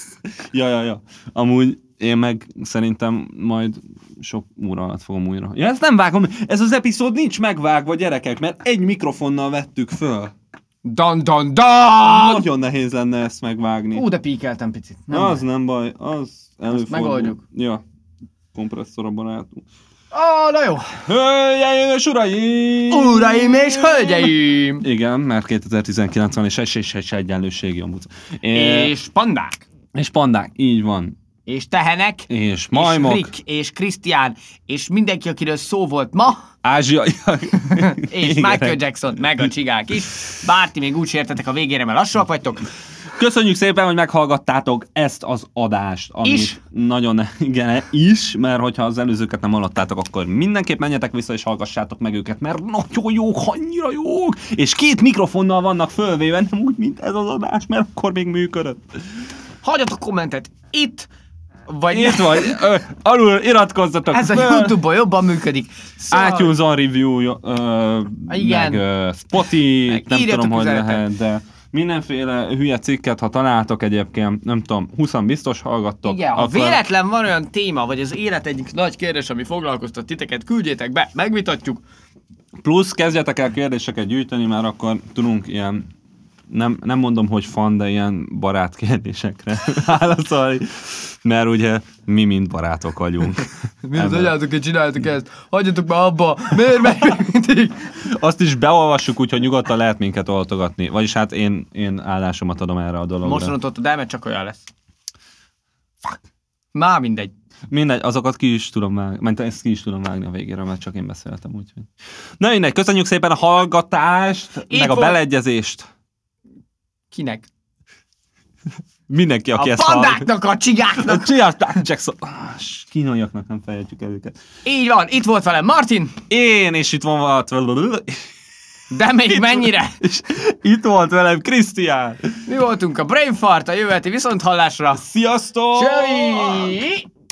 [SPEAKER 1] Ja, ja, ja. Amúgy én meg szerintem majd sok óra alatt fogom újra. Ja, ezt nem vágom. Ez az epizód nincs megvágva, gyerekek, mert egy mikrofonnal vettük föl.
[SPEAKER 2] Dan, dan, dan!
[SPEAKER 1] Nagyon nehéz lenne ezt megvágni.
[SPEAKER 2] Ú, de píkeltem picit.
[SPEAKER 1] nem
[SPEAKER 2] baj.
[SPEAKER 1] az nem baj, az előfordul.
[SPEAKER 2] megoldjuk.
[SPEAKER 1] Ja. Kompresszor a barátunk.
[SPEAKER 2] Ó, na jó.
[SPEAKER 1] Hölgyeim és uraim!
[SPEAKER 2] Uraim és hölgyeim!
[SPEAKER 1] Igen, mert 2019 van, és egy és egy egyenlőségi amúgy. És...
[SPEAKER 2] És pandák.
[SPEAKER 1] és pandák, így van.
[SPEAKER 2] És tehenek.
[SPEAKER 1] És majmok,
[SPEAKER 2] És Rick, és Krisztián, és mindenki, akiről szó volt ma,
[SPEAKER 1] ázsiaiak.
[SPEAKER 2] és
[SPEAKER 1] Igen.
[SPEAKER 2] Michael Jackson, meg a csigák is. Bár ti még úgy sértetek a végére, mert lassúak vagytok.
[SPEAKER 1] Köszönjük szépen, hogy meghallgattátok ezt az adást. Amit
[SPEAKER 2] Is.
[SPEAKER 1] Nagyon, igen, is, mert hogyha az előzőket nem hallottátok, akkor mindenképp menjetek vissza és hallgassátok meg őket, mert nagyon jók, annyira jók, és két mikrofonnal vannak fölvéve, nem úgy, mint ez az adás, mert akkor még működött.
[SPEAKER 2] Hagyjatok kommentet itt, vagy
[SPEAKER 1] Itt vagy, ö, alul iratkozzatok
[SPEAKER 2] Ez a
[SPEAKER 1] föl.
[SPEAKER 2] YouTube-on jobban működik. Szóval,
[SPEAKER 1] iTunes on review, ö,
[SPEAKER 2] Igen.
[SPEAKER 1] meg ö, Spotify,
[SPEAKER 2] Meg
[SPEAKER 1] nem
[SPEAKER 2] írjatok
[SPEAKER 1] tudom, hogy
[SPEAKER 2] üzenetet.
[SPEAKER 1] lehet, de mindenféle hülye cikket, ha találtok egyébként, nem tudom, 20 biztos hallgattok.
[SPEAKER 2] Igen, ha
[SPEAKER 1] akkor-
[SPEAKER 2] véletlen van olyan téma, vagy az élet egyik nagy kérdés, ami foglalkoztat titeket, küldjétek be, megvitatjuk.
[SPEAKER 1] Plusz kezdjetek el kérdéseket gyűjteni, mert akkor tudunk ilyen, nem, nem mondom, hogy fan, de ilyen barát kérdésekre válaszolni, mert ugye mi mind barátok vagyunk.
[SPEAKER 2] Miért hagyjátok és csináljátok ezt? Hagyjatok be abba! Miért meg mindig?
[SPEAKER 1] Azt is beolvassuk, úgyhogy nyugodtan lehet minket oltogatni. Vagyis hát én, én állásomat adom erre a dologra.
[SPEAKER 2] Most tudod el, mert csak olyan lesz. Már mindegy.
[SPEAKER 1] Mindegy, azokat ki is tudom vágni, mert ezt ki is tudom vágni a végére, mert csak én beszéltem, úgyhogy. Na mindegy, köszönjük szépen a hallgatást,
[SPEAKER 2] Így
[SPEAKER 1] meg a
[SPEAKER 2] volt.
[SPEAKER 1] beleegyezést.
[SPEAKER 2] Kinek?
[SPEAKER 1] Mindenki, aki
[SPEAKER 2] A
[SPEAKER 1] ezt hallgat.
[SPEAKER 2] pandáknak, a csigáknak!
[SPEAKER 1] Csináld, Jackson! Ah, s- Kínaiaknak nem fejtjük el őket.
[SPEAKER 2] Így van, itt volt velem Martin,
[SPEAKER 1] Én, és itt van volt,
[SPEAKER 2] de még mennyire?
[SPEAKER 1] és itt volt velem Krisztián.
[SPEAKER 2] Mi voltunk a Brain Fart, a jövő heti viszonthallásra.
[SPEAKER 1] Sziasztok!
[SPEAKER 2] Csai!